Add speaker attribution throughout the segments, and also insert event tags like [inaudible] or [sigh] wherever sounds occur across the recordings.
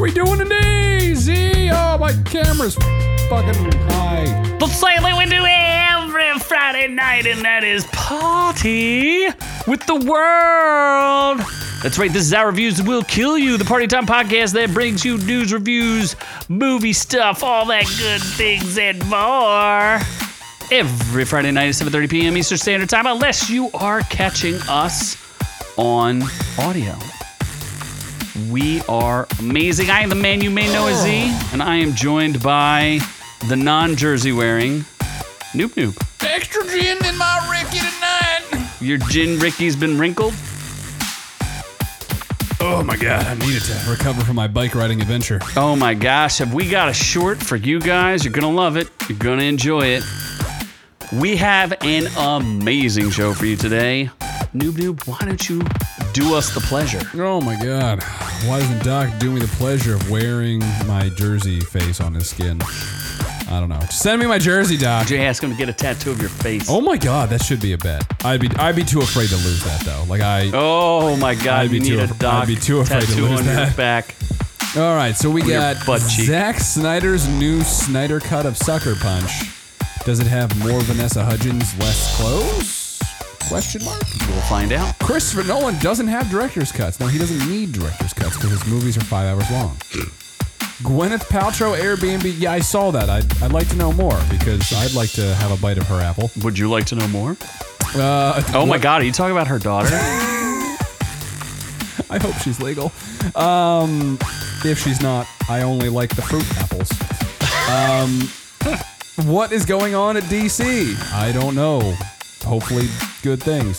Speaker 1: we doing today, Z? Oh, my camera's fucking high.
Speaker 2: But slightly we do every Friday night, and that is Party with the World. That's right, this is our reviews that will kill you, the Party Time podcast that brings you news, reviews, movie stuff, all that good things and more. Every Friday night at 7.30 p.m. Eastern Standard Time, unless you are catching us on audio. We are amazing. I am the man you may know as Z, and I am joined by the non jersey wearing Noop Noop.
Speaker 1: Extra gin in my Ricky tonight.
Speaker 2: Your gin Ricky's been wrinkled.
Speaker 1: Oh my god, I needed to recover from my bike riding adventure.
Speaker 2: Oh my gosh, have we got a short for you guys? You're gonna love it, you're gonna enjoy it. We have an amazing show for you today. Noob Noob, why don't you do us the pleasure?
Speaker 1: Oh my god. Why doesn't Doc do me the pleasure of wearing my jersey face on his skin? I don't know. Send me my jersey, Doc.
Speaker 2: Jay asked him to get a tattoo of your face.
Speaker 1: Oh my god, that should be a bet. I'd be I'd be too afraid to lose that though. Like I
Speaker 2: Oh my god,
Speaker 1: I'd be
Speaker 2: you need
Speaker 1: too
Speaker 2: a
Speaker 1: af- I'd
Speaker 2: doc
Speaker 1: be too afraid to
Speaker 2: tattoo
Speaker 1: lose
Speaker 2: on your
Speaker 1: that.
Speaker 2: back.
Speaker 1: All right, so we
Speaker 2: your
Speaker 1: got
Speaker 2: butt cheek.
Speaker 1: Zack Snyder's new Snyder cut of Sucker Punch. Does it have more Vanessa Hudgens, less clothes? Question mark.
Speaker 2: We'll find out.
Speaker 1: Christopher Nolan doesn't have director's cuts. No, he doesn't need director's cuts because his movies are five hours long. Gwyneth Paltrow Airbnb. Yeah, I saw that. I'd, I'd like to know more because I'd like to have a bite of her apple.
Speaker 2: Would you like to know more?
Speaker 1: Uh,
Speaker 2: Oh my god, are you talking about her daughter?
Speaker 1: [laughs] I hope she's legal. Um, if she's not, I only like the fruit apples. Um, [laughs] what is going on at DC? I don't know. Hopefully, good things.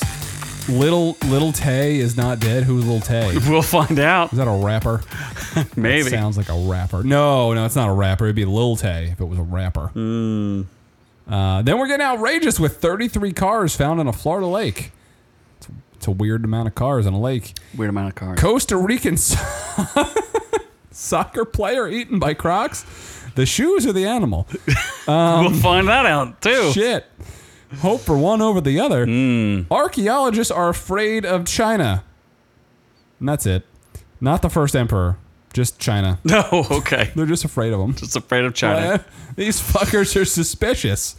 Speaker 1: Little Little Tay is not dead. Who's Little [laughs] Tay? Is
Speaker 2: we'll find out.
Speaker 1: that a rapper?
Speaker 2: Maybe.
Speaker 1: Sounds like a rapper. No, no, it's not a rapper. It'd be Lil Tay if it was a rapper. Hmm. Uh, then we're getting outrageous with 33 cars found in a Florida lake. It's- It's a weird amount of cars in a lake.
Speaker 2: Weird amount of cards.
Speaker 1: Costa Rican [laughs] so- soccer player eaten by Crocs. The shoes or the animal?
Speaker 2: we'll find that out too.
Speaker 1: Shit. Hope for one over the other. Archaeologists are afraid of China. And that's it. Not the first emperor, just China.
Speaker 2: [laughs] No, okay.
Speaker 1: They're just afraid of them.
Speaker 2: Just afraid of China.
Speaker 1: Uh, [laughs] These fuckers are suspicious.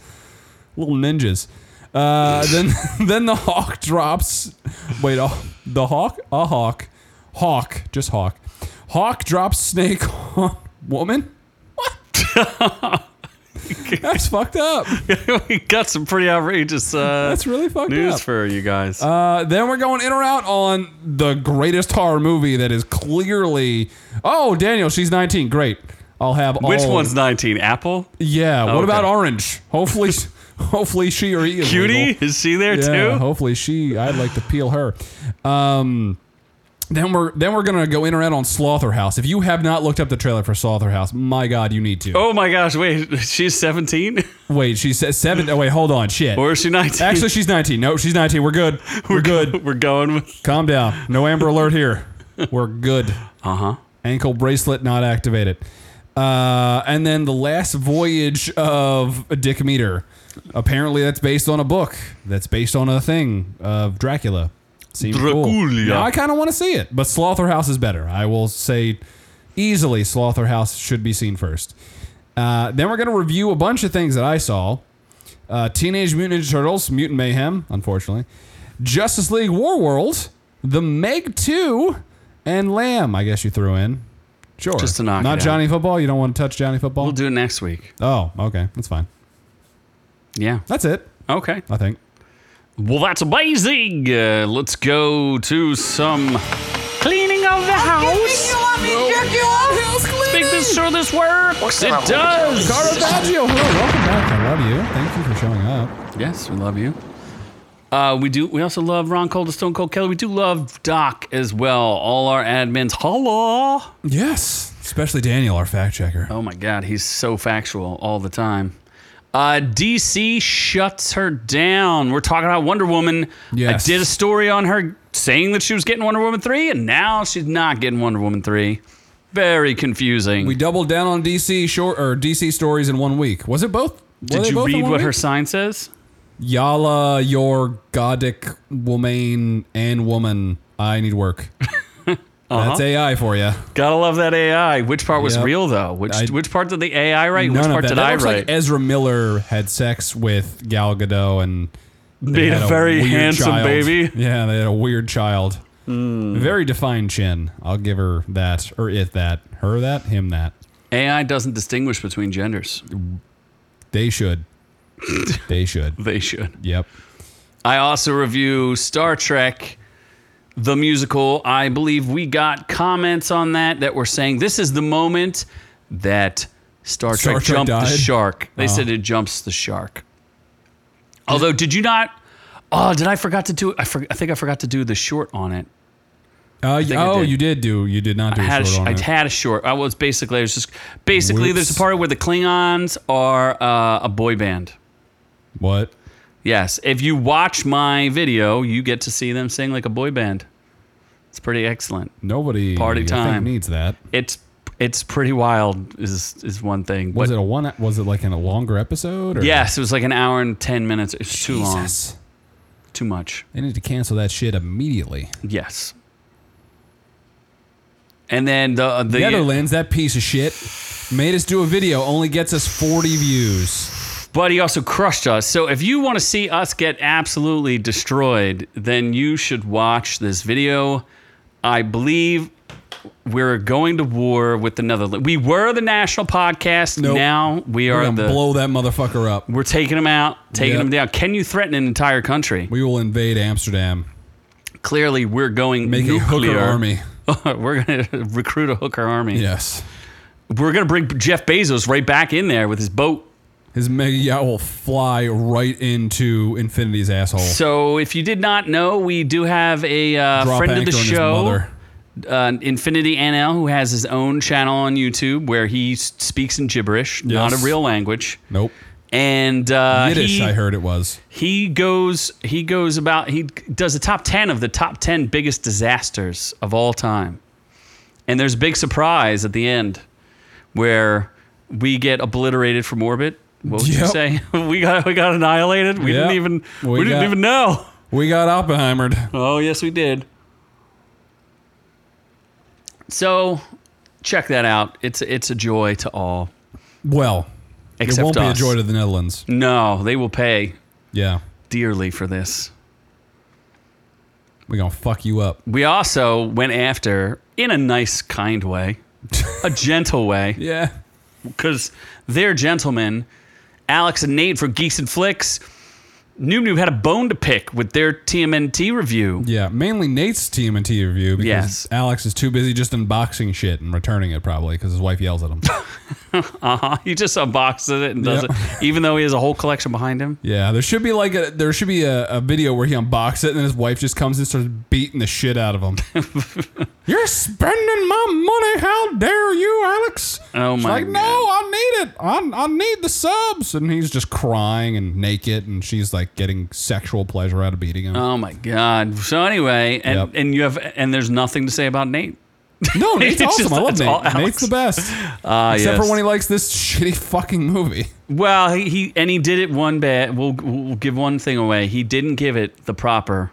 Speaker 1: Little ninjas. Uh, then [laughs] then the hawk drops. Wait, oh, the hawk? A hawk. Hawk, just hawk. Hawk drops snake on [laughs] woman?
Speaker 2: [laughs]
Speaker 1: What? That's fucked up.
Speaker 2: we got some pretty outrageous uh,
Speaker 1: That's really fucked
Speaker 2: news
Speaker 1: up.
Speaker 2: for you guys.
Speaker 1: Uh, then we're going in or out on the greatest horror movie that is clearly. Oh, Daniel, she's 19. Great. I'll have all.
Speaker 2: Which one's 19? Apple?
Speaker 1: Yeah. What
Speaker 2: Okay.
Speaker 1: about Orange? Hopefully,
Speaker 2: [laughs]
Speaker 1: hopefully she or he is
Speaker 2: Cutie?
Speaker 1: legal.
Speaker 2: Is she there
Speaker 1: Yeah.
Speaker 2: too?
Speaker 1: Hopefully she. I'd like to peel her. Um, then we're then we're gonna go in or out on Slaughterhouse. If you have not looked up the trailer for Slaughterhouse, my God, you need to.
Speaker 2: Oh my gosh, wait, [laughs] she's 17?
Speaker 1: Wait, she says seven. Oh wait, hold on. Shit.
Speaker 2: [laughs] Or is she 19?
Speaker 1: Actually, she's 19. No, she's 19. We're good. We're, good.
Speaker 2: [laughs] We're going with. [laughs]
Speaker 1: Calm down. No Amber Alert here. We're good.
Speaker 2: Uh huh.
Speaker 1: ankle bracelet not activated. Uh, and then the last voyage of Dick Meter. Apparently, that's based on a book. That's based on a thing of Dracula. Seems cool.
Speaker 2: Dracula.
Speaker 1: Now, I kind of want to see it, but Slaughterhouse is better. I will say easily, Slaughterhouse should be seen first. Uh, then we're going to review a bunch of things that I saw. Uh, Teenage Mutant Ninja Turtles, Mutant Mayhem, unfortunately. Justice League War World, The Meg 2, and Lamb, I guess you threw in. Sure.
Speaker 2: Just to knock
Speaker 1: Not
Speaker 2: it out.
Speaker 1: Johnny Football? You don't want to touch Johnny Football?
Speaker 2: We'll do it next week.
Speaker 1: oh, okay. That's fine.
Speaker 2: Yeah.
Speaker 1: That's it,
Speaker 2: Okay.
Speaker 1: I think.
Speaker 2: Well, that's amazing. Uh, let's go to some cleaning of the house. Make this sure this works. It
Speaker 1: Carlo
Speaker 2: does.
Speaker 1: Baggio, hello, welcome back. I love you. Thank you for showing up.
Speaker 2: Yes, we love you. Uh, we do. We also love Ron Cole, the Stone Cold Kelly. We do love Doc as well. All our admins. Hello.
Speaker 1: Yes. Especially Daniel, our fact checker.
Speaker 2: Oh my God, he's so factual all the time. Uh, DC shuts her down. We're talking about Wonder Woman.
Speaker 1: Yes.
Speaker 2: I did a story on her saying that she was getting Wonder Woman 3, and now she's not getting Wonder Woman 3. Very confusing.
Speaker 1: We doubled down on DC short or DC stories in one week. Was it both? Were
Speaker 2: did
Speaker 1: they
Speaker 2: you
Speaker 1: both in
Speaker 2: read
Speaker 1: one
Speaker 2: what
Speaker 1: week?
Speaker 2: her sign says?
Speaker 1: Yala, your godic woman and woman. I need work. [laughs]
Speaker 2: Uh-huh.
Speaker 1: That's AI for you.
Speaker 2: Gotta love that AI. Which part was
Speaker 1: Yep.
Speaker 2: real though? Which
Speaker 1: I-
Speaker 2: which part did the AI write? Which
Speaker 1: None
Speaker 2: part
Speaker 1: of that.
Speaker 2: did
Speaker 1: that
Speaker 2: I
Speaker 1: looks
Speaker 2: write?
Speaker 1: like Ezra Miller had sex with Gal Gadot and they
Speaker 2: Made
Speaker 1: had
Speaker 2: a very
Speaker 1: weird
Speaker 2: handsome
Speaker 1: child.
Speaker 2: baby. Hmm.
Speaker 1: Yeah, they had a weird child. Very defined chin. I'll give her that or it that. Her that, him that.
Speaker 2: AI doesn't distinguish between genders. [laughs]
Speaker 1: They should. they should.
Speaker 2: They should.
Speaker 1: Yep.
Speaker 2: I also review Star Trek the musical. I believe we got comments on that that were saying this is the moment that Star,
Speaker 1: Star
Speaker 2: Trek
Speaker 1: Trek
Speaker 2: jumped the
Speaker 1: died? Uh-huh.
Speaker 2: shark. They said it jumps the shark. Although, did you not? Oh, did I forgot to do? I, for, I think I forgot to do the short on it.
Speaker 1: Uh,
Speaker 2: I
Speaker 1: oh,
Speaker 2: did.
Speaker 1: you did do. You did not do
Speaker 2: I
Speaker 1: a
Speaker 2: had a
Speaker 1: short
Speaker 2: sh-
Speaker 1: on
Speaker 2: I
Speaker 1: it.
Speaker 2: had a short. I was basically I was just basically there's a
Speaker 1: Whoops.
Speaker 2: part where the Klingons are uh, a boy band.
Speaker 1: what?
Speaker 2: Yes, if you watch my video, you get to see them sing like a boy band. It's pretty excellent.
Speaker 1: Nobody
Speaker 2: Party
Speaker 1: I think,
Speaker 2: time.
Speaker 1: needs that.
Speaker 2: It's it's pretty wild is is one thing.
Speaker 1: Was
Speaker 2: but-
Speaker 1: it a one? e, Was it like in a longer episode? Or?
Speaker 2: yes, it was like an hour and ten minutes. It's too long,
Speaker 1: Jesus.
Speaker 2: too much.
Speaker 1: They need to cancel that shit immediately.
Speaker 2: Yes. And then the the uh,
Speaker 1: Netherlands, that piece of shit, made us do a video, only gets us 40 views.
Speaker 2: but he also crushed us. So if you want to see us get absolutely destroyed, then you should watch this video. I believe we're going to war with the Netherlands. We were the national podcast.
Speaker 1: Nope.
Speaker 2: Now we
Speaker 1: We're
Speaker 2: are
Speaker 1: going to
Speaker 2: the.
Speaker 1: blow that motherfucker up.
Speaker 2: we're taking them out, taking
Speaker 1: Yep.
Speaker 2: them down. Can you threaten an entire country?
Speaker 1: We will invade Amsterdam,
Speaker 2: Clearly, we're going
Speaker 1: make a
Speaker 2: nuclear.
Speaker 1: hooker army.
Speaker 2: [laughs] we're going to [laughs] recruit a hooker army.
Speaker 1: Yes.
Speaker 2: We're going to bring Jeff Bezos right back in there with his boat.
Speaker 1: His mega yacht will fly right into Infinity's asshole.
Speaker 2: So, if you did not know, we do have a uh,
Speaker 1: Drop
Speaker 2: friend of
Speaker 1: anchor on
Speaker 2: the
Speaker 1: his
Speaker 2: show,
Speaker 1: mother.
Speaker 2: uh, Infinity NL, who has his own channel on YouTube where he s- speaks in gibberish, not a
Speaker 1: Yes.
Speaker 2: real language.
Speaker 1: Nope.
Speaker 2: And uh,
Speaker 1: Yiddish,
Speaker 2: he,
Speaker 1: I heard it was.
Speaker 2: he goes he goes about he does a top 10 of the top 10 biggest disasters of all time. And there's a big surprise at the end where we get obliterated from orbit. What would you
Speaker 1: Yep.
Speaker 2: say? [laughs] we got we got annihilated. We
Speaker 1: Yep.
Speaker 2: didn't even we,
Speaker 1: We
Speaker 2: didn't
Speaker 1: got-
Speaker 2: even know.
Speaker 1: We got Oppenheimered.
Speaker 2: Oh, yes, we did. So, check that out. It's it's a joy to all.
Speaker 1: Well,
Speaker 2: Except
Speaker 1: it won't
Speaker 2: us.
Speaker 1: be a joy to the Netherlands.
Speaker 2: No, they will pay
Speaker 1: Yeah.
Speaker 2: dearly for this.
Speaker 1: We're going to fuck you up.
Speaker 2: We also went after in a nice, kind way,
Speaker 1: [laughs]
Speaker 2: a gentle way,
Speaker 1: Yeah.
Speaker 2: because they're gentlemen. Alex and Nate for Geeks and Flicks. Noob Noob had a bone to pick with their TMNT review. [laughs]
Speaker 1: Yeah. Mainly Nate's TMNT review because
Speaker 2: Yes.
Speaker 1: Alex is too busy just unboxing shit and returning it probably because his wife yells at
Speaker 2: [laughs]
Speaker 1: him.
Speaker 2: He just unboxes it and does
Speaker 1: Yep.
Speaker 2: it, even though he has a whole collection behind him.
Speaker 1: Yeah, there should be like a there should be a, a video where he unboxes it and then his wife just comes and starts beating the shit out of him.
Speaker 2: [laughs]
Speaker 1: You're spending my money. How dare you, Alex?
Speaker 2: Oh
Speaker 1: She's
Speaker 2: my
Speaker 1: Like, no, I need it. I, I need the subs. And he's just crying and naked, and she's like getting sexual pleasure out of beating him.
Speaker 2: Oh my god. So anyway, and
Speaker 1: Yep.
Speaker 2: and you have and there's nothing to say about Nate.
Speaker 1: [laughs]
Speaker 2: [laughs]
Speaker 1: no, Nate's
Speaker 2: it's
Speaker 1: awesome.
Speaker 2: just-
Speaker 1: I love
Speaker 2: it's all
Speaker 1: Nate.
Speaker 2: Alex.
Speaker 1: Nate's the best,
Speaker 2: Uh,
Speaker 1: except for when he likes this [laughs] shitty fucking movie.
Speaker 2: Well, he, he and he did it one bad. We'll, we'll give one thing away. He didn't give it the proper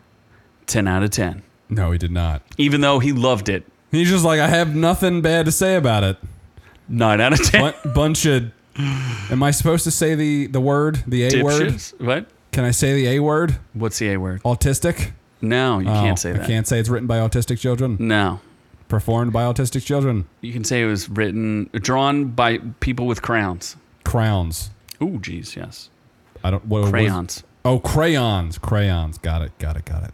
Speaker 2: 10 out of 10,
Speaker 1: No, he did not.
Speaker 2: even though he loved it.
Speaker 1: He's just like, I have nothing bad to say about it.
Speaker 2: 9 out of 10.
Speaker 1: [laughs] Bu- bunch of. Am I supposed to say the the word the a word?
Speaker 2: Dipshits? What?
Speaker 1: Can I say the A word?
Speaker 2: What's the A word?
Speaker 1: Autistic?
Speaker 2: No, you
Speaker 1: Oh,
Speaker 2: can't say that.
Speaker 1: I can't say it's written by autistic children,
Speaker 2: No.
Speaker 1: performed by autistic children.
Speaker 2: You can say it was written, drawn by people with crowns.
Speaker 1: Crowns.
Speaker 2: Ooh, geez, yes.
Speaker 1: I don't. What, what-
Speaker 2: Crayons.
Speaker 1: oh, crayons. Crayons. Got it. Got it. Got it.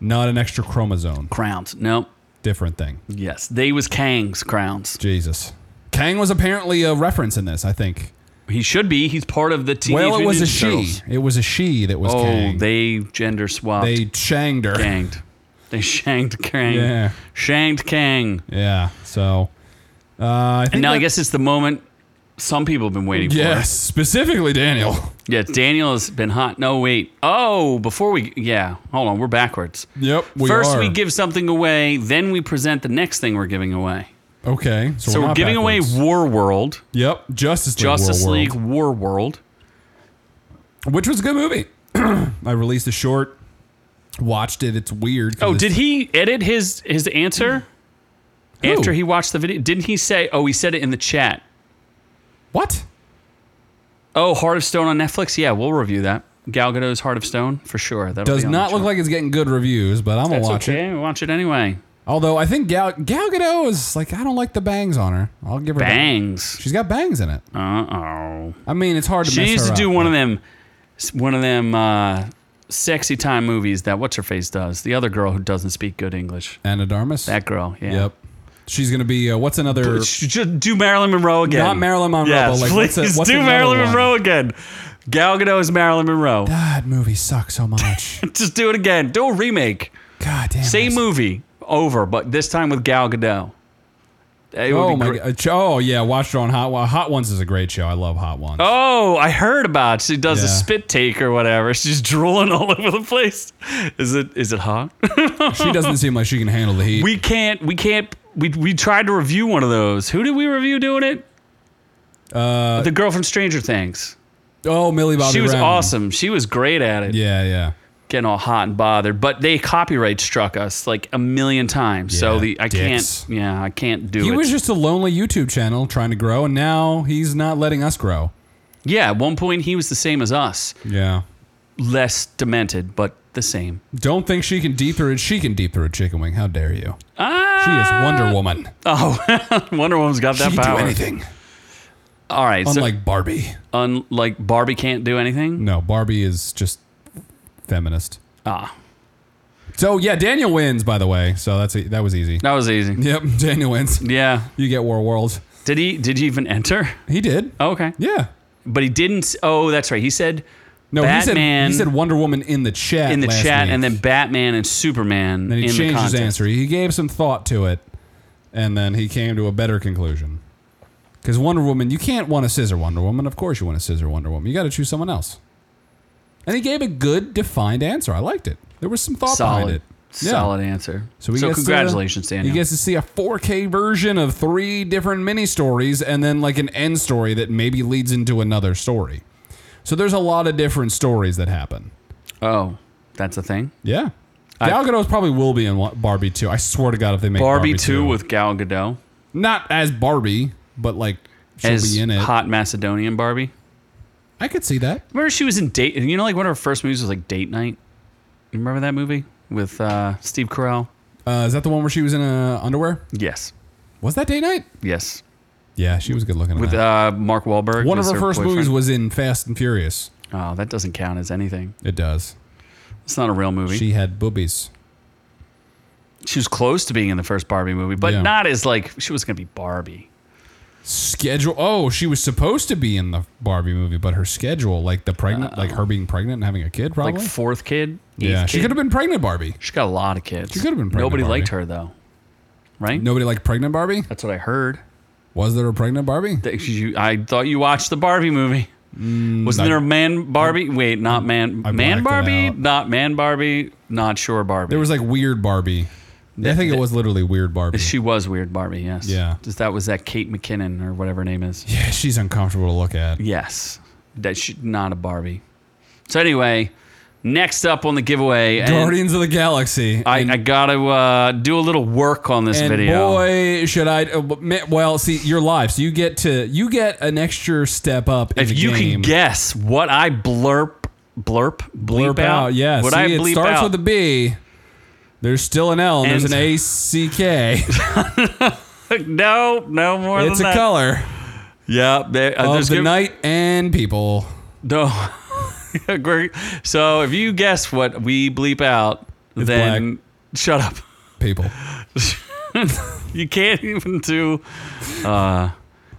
Speaker 1: Not an extra chromosome.
Speaker 2: Crowns. No.
Speaker 1: Different thing.
Speaker 2: Yes. They was Kang's crowns.
Speaker 1: Jesus. Kang was apparently a reference in this. I think.
Speaker 2: He should be. He's part of the Teenage
Speaker 1: well, it was a
Speaker 2: Mutant
Speaker 1: she.
Speaker 2: Turtles.
Speaker 1: It was a she that was
Speaker 2: Oh,
Speaker 1: Kang.
Speaker 2: they gender swapped.
Speaker 1: They shanged her.
Speaker 2: Kanged. They shanked Kang.
Speaker 1: Yeah.
Speaker 2: Shanked Kang.
Speaker 1: Yeah. So. Uh, I think
Speaker 2: And now I
Speaker 1: that-
Speaker 2: guess it's the moment some people have been waiting
Speaker 1: Yes, specifically Daniel.
Speaker 2: for. Yeah, Daniel has been hot. No, wait. Oh, before we. Yeah, hold on. We're backwards.
Speaker 1: [laughs] Yep. We
Speaker 2: First,
Speaker 1: are.
Speaker 2: we give something away, then we present the next thing we're giving away.
Speaker 1: Okay. So,
Speaker 2: So we're
Speaker 1: not
Speaker 2: giving
Speaker 1: backwards.
Speaker 2: away War World,
Speaker 1: Yep, Justice League.
Speaker 2: Justice
Speaker 1: War
Speaker 2: League
Speaker 1: World,
Speaker 2: War World.
Speaker 1: which was a good movie. [clears throat] I released a short, watched it. It's weird. 'cause
Speaker 2: Oh,
Speaker 1: it's-
Speaker 2: did he edit his his answer? after
Speaker 1: Who?
Speaker 2: he watched the video. Didn't he say? Oh, he said it in the chat.
Speaker 1: What?
Speaker 2: Oh, Heart of Stone on Netflix. Yeah, we'll review that. Gal Gadot's Heart of Stone for sure. That'll
Speaker 1: Does
Speaker 2: be on
Speaker 1: not
Speaker 2: the
Speaker 1: look
Speaker 2: chart.
Speaker 1: like it's getting good reviews, but I'm gonna
Speaker 2: That's
Speaker 1: watch it.
Speaker 2: okay. We'll watch it anyway.
Speaker 1: Although I think Gal, Gal Gadot is like I don't like the bangs on her. I'll give her that.
Speaker 2: Bangs.
Speaker 1: She's got bangs in it.
Speaker 2: Uh oh.
Speaker 1: I mean, it's hard to.
Speaker 2: She
Speaker 1: mess
Speaker 2: needs
Speaker 1: her
Speaker 2: to do
Speaker 1: up.
Speaker 2: one of them, one of them uh, sexy time movies that what's her face does. The other girl who doesn't speak good English.
Speaker 1: Anadarmus.
Speaker 2: That girl. Yeah.
Speaker 1: Yep. She's gonna be. Uh, what's another?
Speaker 2: Sh- Just do Marilyn Monroe again.
Speaker 1: Not Marilyn Monroe,
Speaker 2: Yes,
Speaker 1: but like, what's
Speaker 2: please
Speaker 1: a- what's
Speaker 2: do
Speaker 1: another
Speaker 2: Marilyn
Speaker 1: one?
Speaker 2: Monroe again. Gal Gadot is Marilyn Monroe.
Speaker 1: God, movie sucks so much.
Speaker 2: [laughs] Just do it again. Do a remake.
Speaker 1: God damn.
Speaker 2: Same
Speaker 1: it.
Speaker 2: movie over, but this time with Gal Gadot. It would
Speaker 1: Oh
Speaker 2: be
Speaker 1: my
Speaker 2: gr-
Speaker 1: god. Oh yeah, watched her on Hot Ones. Hot Ones is a great show. I love Hot Ones.
Speaker 2: Oh, I heard about. She does a
Speaker 1: Yeah.
Speaker 2: spit take or whatever. [laughs] She's drooling all over the place. Is it is
Speaker 1: [laughs]
Speaker 2: it hot? [laughs]
Speaker 1: She doesn't seem like she can handle the heat.
Speaker 2: we can't we can't we, we tried to review one of those who did we review doing it uh, the girl from stranger things
Speaker 1: oh, Millie Bobby.
Speaker 2: she was
Speaker 1: Brown.
Speaker 2: awesome she was great at it
Speaker 1: Yeah, yeah.
Speaker 2: getting all hot and bothered but they copyright struck us like a million times so
Speaker 1: Yeah,
Speaker 2: the i
Speaker 1: dicks.
Speaker 2: can't yeah i can't do
Speaker 1: He
Speaker 2: it
Speaker 1: was just a lonely YouTube channel trying to grow, and now he's not letting us grow.
Speaker 2: yeah at one point he was the same as us
Speaker 1: Yeah.
Speaker 2: less demented but the same [laughs]
Speaker 1: Don't think she can deep through it. She can deep through a chicken wing. How dare you?
Speaker 2: ah
Speaker 1: She is Wonder Woman.
Speaker 2: oh wonder woman's got
Speaker 1: She
Speaker 2: that
Speaker 1: can
Speaker 2: power
Speaker 1: do anything.
Speaker 2: all right
Speaker 1: Unlike Barbie.
Speaker 2: so unlike barbie can't do anything
Speaker 1: No, Barbie is just feminist.
Speaker 2: ah
Speaker 1: So yeah, Daniel wins. By the way, so that's e that was easy.
Speaker 2: that was easy
Speaker 1: Yep, [laughs] Daniel wins.
Speaker 2: yeah
Speaker 1: You get War Worlds.
Speaker 2: did he did he even enter [laughs] Oh,
Speaker 1: He did.
Speaker 2: okay
Speaker 1: Yeah.
Speaker 2: But he didn't. Oh, that's right. He said
Speaker 1: No,
Speaker 2: Batman-
Speaker 1: he said he said Wonder Woman in the chat
Speaker 2: in the
Speaker 1: last
Speaker 2: chat,
Speaker 1: week.
Speaker 2: and then Batman and Superman
Speaker 1: Then he
Speaker 2: in the
Speaker 1: changed his
Speaker 2: contest.
Speaker 1: answer. He gave some thought to it, and then he came to a better conclusion. Because Wonder Woman, you can't want to scissor Wonder Woman. Of course, you want to scissor Wonder Woman. You got to choose someone else. And he gave a good, defined answer. I liked it. There was some thought behind
Speaker 2: Solid,
Speaker 1: it. Yeah.
Speaker 2: solid answer. So,
Speaker 1: he gets to-
Speaker 2: congratulations, Daniel.
Speaker 1: He gets to see a 4K version of three different mini stories and then like an end story that maybe leads into another story. So there's a lot of different stories that happen.
Speaker 2: oh, that's a thing.
Speaker 1: Yeah. Gal Gadot probably will be in wa- Barbie 2. I swear to God, if they make
Speaker 2: Barbie,
Speaker 1: Barbie,
Speaker 2: two with Gal Gadot
Speaker 1: not as Barbie, but like she'll
Speaker 2: as
Speaker 1: be in it.
Speaker 2: hot Macedonian Barbie.
Speaker 1: I could see that.
Speaker 2: Remember she was in date. You know, like one of her first movies was like Date Night. You remember that movie with uh, Steve Carell?
Speaker 1: Uh, is that the one where she was in uh, underwear?
Speaker 2: Yes,
Speaker 1: Was that day night?
Speaker 2: yes.
Speaker 1: Yeah, she was good looking. in
Speaker 2: With
Speaker 1: that.
Speaker 2: uh, Mark Wahlberg.
Speaker 1: one of
Speaker 2: was
Speaker 1: her first
Speaker 2: boyfriend.
Speaker 1: movies was in Fast and Furious.
Speaker 2: Oh, that doesn't count as anything.
Speaker 1: It does.
Speaker 2: It's not a real movie.
Speaker 1: She had boobies.
Speaker 2: she was close to being in the first Barbie movie, but
Speaker 1: Yeah.
Speaker 2: not as like she was gonna be Barbie.
Speaker 1: Schedule. Oh, she was supposed to be in the Barbie movie, but her schedule, like the pregnant, like her being pregnant and having a kid, probably.
Speaker 2: Like fourth kid.
Speaker 1: Oh, yeah, she could have
Speaker 2: been.
Speaker 1: been pregnant Barbie.
Speaker 2: She got a lot of kids. She
Speaker 1: could've been pregnant
Speaker 2: Nobody
Speaker 1: Barbie.
Speaker 2: liked her though, right?
Speaker 1: Nobody liked pregnant Barbie.
Speaker 2: That's what I heard.
Speaker 1: Was there a pregnant Barbie?
Speaker 2: That you- I thought you watched the Barbie movie. Wasn't
Speaker 1: Mm, I-
Speaker 2: there a man Barbie? Wait, not man.
Speaker 1: I
Speaker 2: man
Speaker 1: blacked it
Speaker 2: Barbie,
Speaker 1: out.
Speaker 2: not man Barbie, not sure Barbie.
Speaker 1: There was like weird Barbie. I think it was literally weird Barbie.
Speaker 2: she was weird Barbie. Yes.
Speaker 1: Yeah.
Speaker 2: Just that was that Kate McKinnon or whatever her name is.
Speaker 1: yeah, she's uncomfortable to look at.
Speaker 2: Yes. That she not a Barbie. So anyway, next up on the giveaway. and-
Speaker 1: Guardians of the Galaxy.
Speaker 2: I, I gotta uh, do a little work on this
Speaker 1: and
Speaker 2: video.
Speaker 1: boy, should I? uh, ma- Well, see, you're live, so you get to you get an extra step up. In
Speaker 2: if
Speaker 1: the
Speaker 2: you
Speaker 1: game.
Speaker 2: can guess what I blurp, blurp, bleep
Speaker 1: blurp out, yeah.
Speaker 2: what
Speaker 1: see,
Speaker 2: I
Speaker 1: it
Speaker 2: bleep
Speaker 1: starts
Speaker 2: out.
Speaker 1: with a B. There's still an L. And,
Speaker 2: And-
Speaker 1: there's an A C
Speaker 2: [laughs]
Speaker 1: K.
Speaker 2: [laughs] no, no more
Speaker 1: It's a
Speaker 2: than that.
Speaker 1: color
Speaker 2: Yeah, there, uh,
Speaker 1: of
Speaker 2: there's
Speaker 1: the
Speaker 2: [laughs] gonna-
Speaker 1: night and people.
Speaker 2: No. [laughs] Great. so if you guess what we bleep out, then shut up. [laughs]
Speaker 1: People.
Speaker 2: You can't even do. Uh,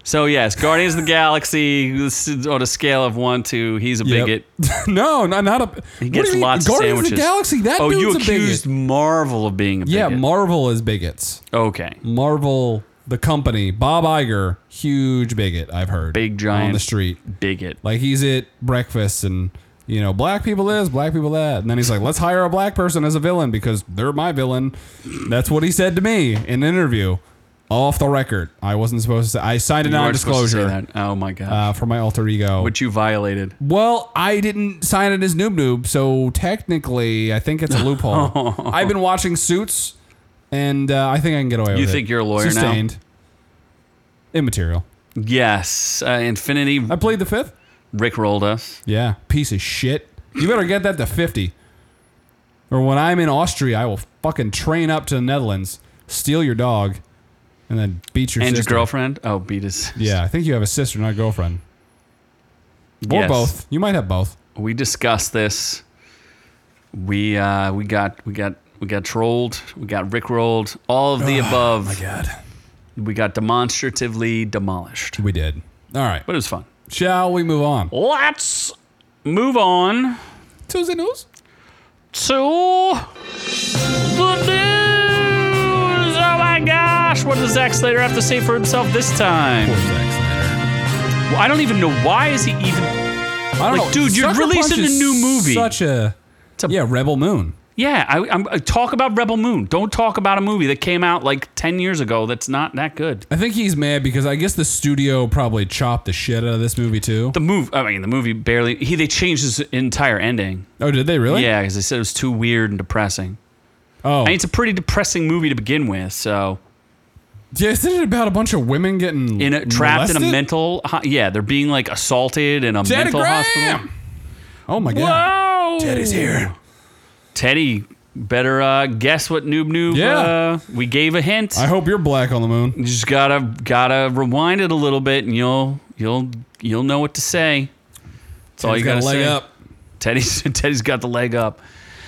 Speaker 2: so yes, Guardians of the Galaxy. This is on a scale of one to he's a
Speaker 1: Yep.
Speaker 2: bigot.
Speaker 1: [laughs] no, not not a. He
Speaker 2: gets lots of
Speaker 1: Guardians of
Speaker 2: sandwiches.
Speaker 1: the Galaxy. That
Speaker 2: Oh,
Speaker 1: dude's
Speaker 2: you
Speaker 1: a
Speaker 2: accused
Speaker 1: bigot.
Speaker 2: Marvel of being a
Speaker 1: Yeah,
Speaker 2: bigot.
Speaker 1: Marvel is bigots.
Speaker 2: okay.
Speaker 1: Marvel, the company, Bob Iger, huge bigot. I've heard.
Speaker 2: Big giant
Speaker 1: on the street.
Speaker 2: Bigot.
Speaker 1: Like he's at breakfast and you know, black people this, black people that. And then he's like, let's hire a black person as a villain because they're my villain. That's what he said to me in an interview. Off the record. I wasn't supposed to say I signed a
Speaker 2: You
Speaker 1: non
Speaker 2: weren't supposed to say
Speaker 1: disclosure
Speaker 2: that. Oh my god.
Speaker 1: uh, for my alter ego.
Speaker 2: Which you violated.
Speaker 1: well, I didn't sign it as
Speaker 2: [laughs]
Speaker 1: Noob Noob, so technically I think it's a loophole. I've been watching Suits and uh, I think I can get away with it.
Speaker 2: think you're a lawyer now?
Speaker 1: Sustained. Immaterial.
Speaker 2: Yes, uh, Infinity.
Speaker 1: I played the fifth.
Speaker 2: Rick rolled us.
Speaker 1: Yeah, piece of shit. You better get that to 50. Or when I'm in Austria, I will fucking train up to the Netherlands, steal your dog, and then beat your
Speaker 2: And your
Speaker 1: sister.
Speaker 2: girlfriend? Oh, beat us.
Speaker 1: Yeah, I think you have a sister, not a girlfriend. Or
Speaker 2: Yes.
Speaker 1: both. You might have both.
Speaker 2: We discussed this. We uh, we got we got we got trolled. We got Rick rolled. All of the above.
Speaker 1: God.
Speaker 2: We got demonstratively demolished.
Speaker 1: We did. All right.
Speaker 2: But it was fun.
Speaker 1: Shall we move on?
Speaker 2: Let's move on
Speaker 1: Tuesday news?
Speaker 2: to the news. Oh my gosh, what does Zack Slater have to say for himself this
Speaker 1: Poor
Speaker 2: time?
Speaker 1: Zack Snyder.
Speaker 2: Well, I don't even know why is he even.
Speaker 1: I don't
Speaker 2: Like, dude, you're
Speaker 1: Sucker
Speaker 2: releasing
Speaker 1: Punch
Speaker 2: a
Speaker 1: is
Speaker 2: new movie.
Speaker 1: Such a,
Speaker 2: a-
Speaker 1: yeah, Rebel Moon.
Speaker 2: Yeah, I, I'm I talk about Rebel Moon. Don't talk about a movie that came out like ten years ago that's not that good.
Speaker 1: I think he's mad because I guess the studio probably chopped the shit out of this movie too.
Speaker 2: The movie, I mean, the movie barely. He they changed his entire ending.
Speaker 1: oh, did they really?
Speaker 2: Yeah, because they said it was too weird and depressing.
Speaker 1: Oh,
Speaker 2: I mean, it's a pretty depressing movie to begin with. So
Speaker 1: yeah. Isn't it about a bunch of women getting
Speaker 2: in a, trapped in a
Speaker 1: molested?
Speaker 2: mental ho- yeah they're being like assaulted in a
Speaker 1: Teddy
Speaker 2: mental
Speaker 1: Graham!
Speaker 2: hospital
Speaker 1: Oh my god.
Speaker 2: whoa
Speaker 1: here.
Speaker 2: teddy better uh, guess what noob noob
Speaker 1: Yeah.
Speaker 2: uh, we gave a hint
Speaker 1: I hope you're black on the moon.
Speaker 2: you just gotta gotta rewind it a little bit and you'll you'll you'll know what to say that's all
Speaker 1: He's
Speaker 2: you
Speaker 1: got
Speaker 2: gotta
Speaker 1: a leg
Speaker 2: say
Speaker 1: up.
Speaker 2: Teddy's [laughs] Teddy's got the leg up.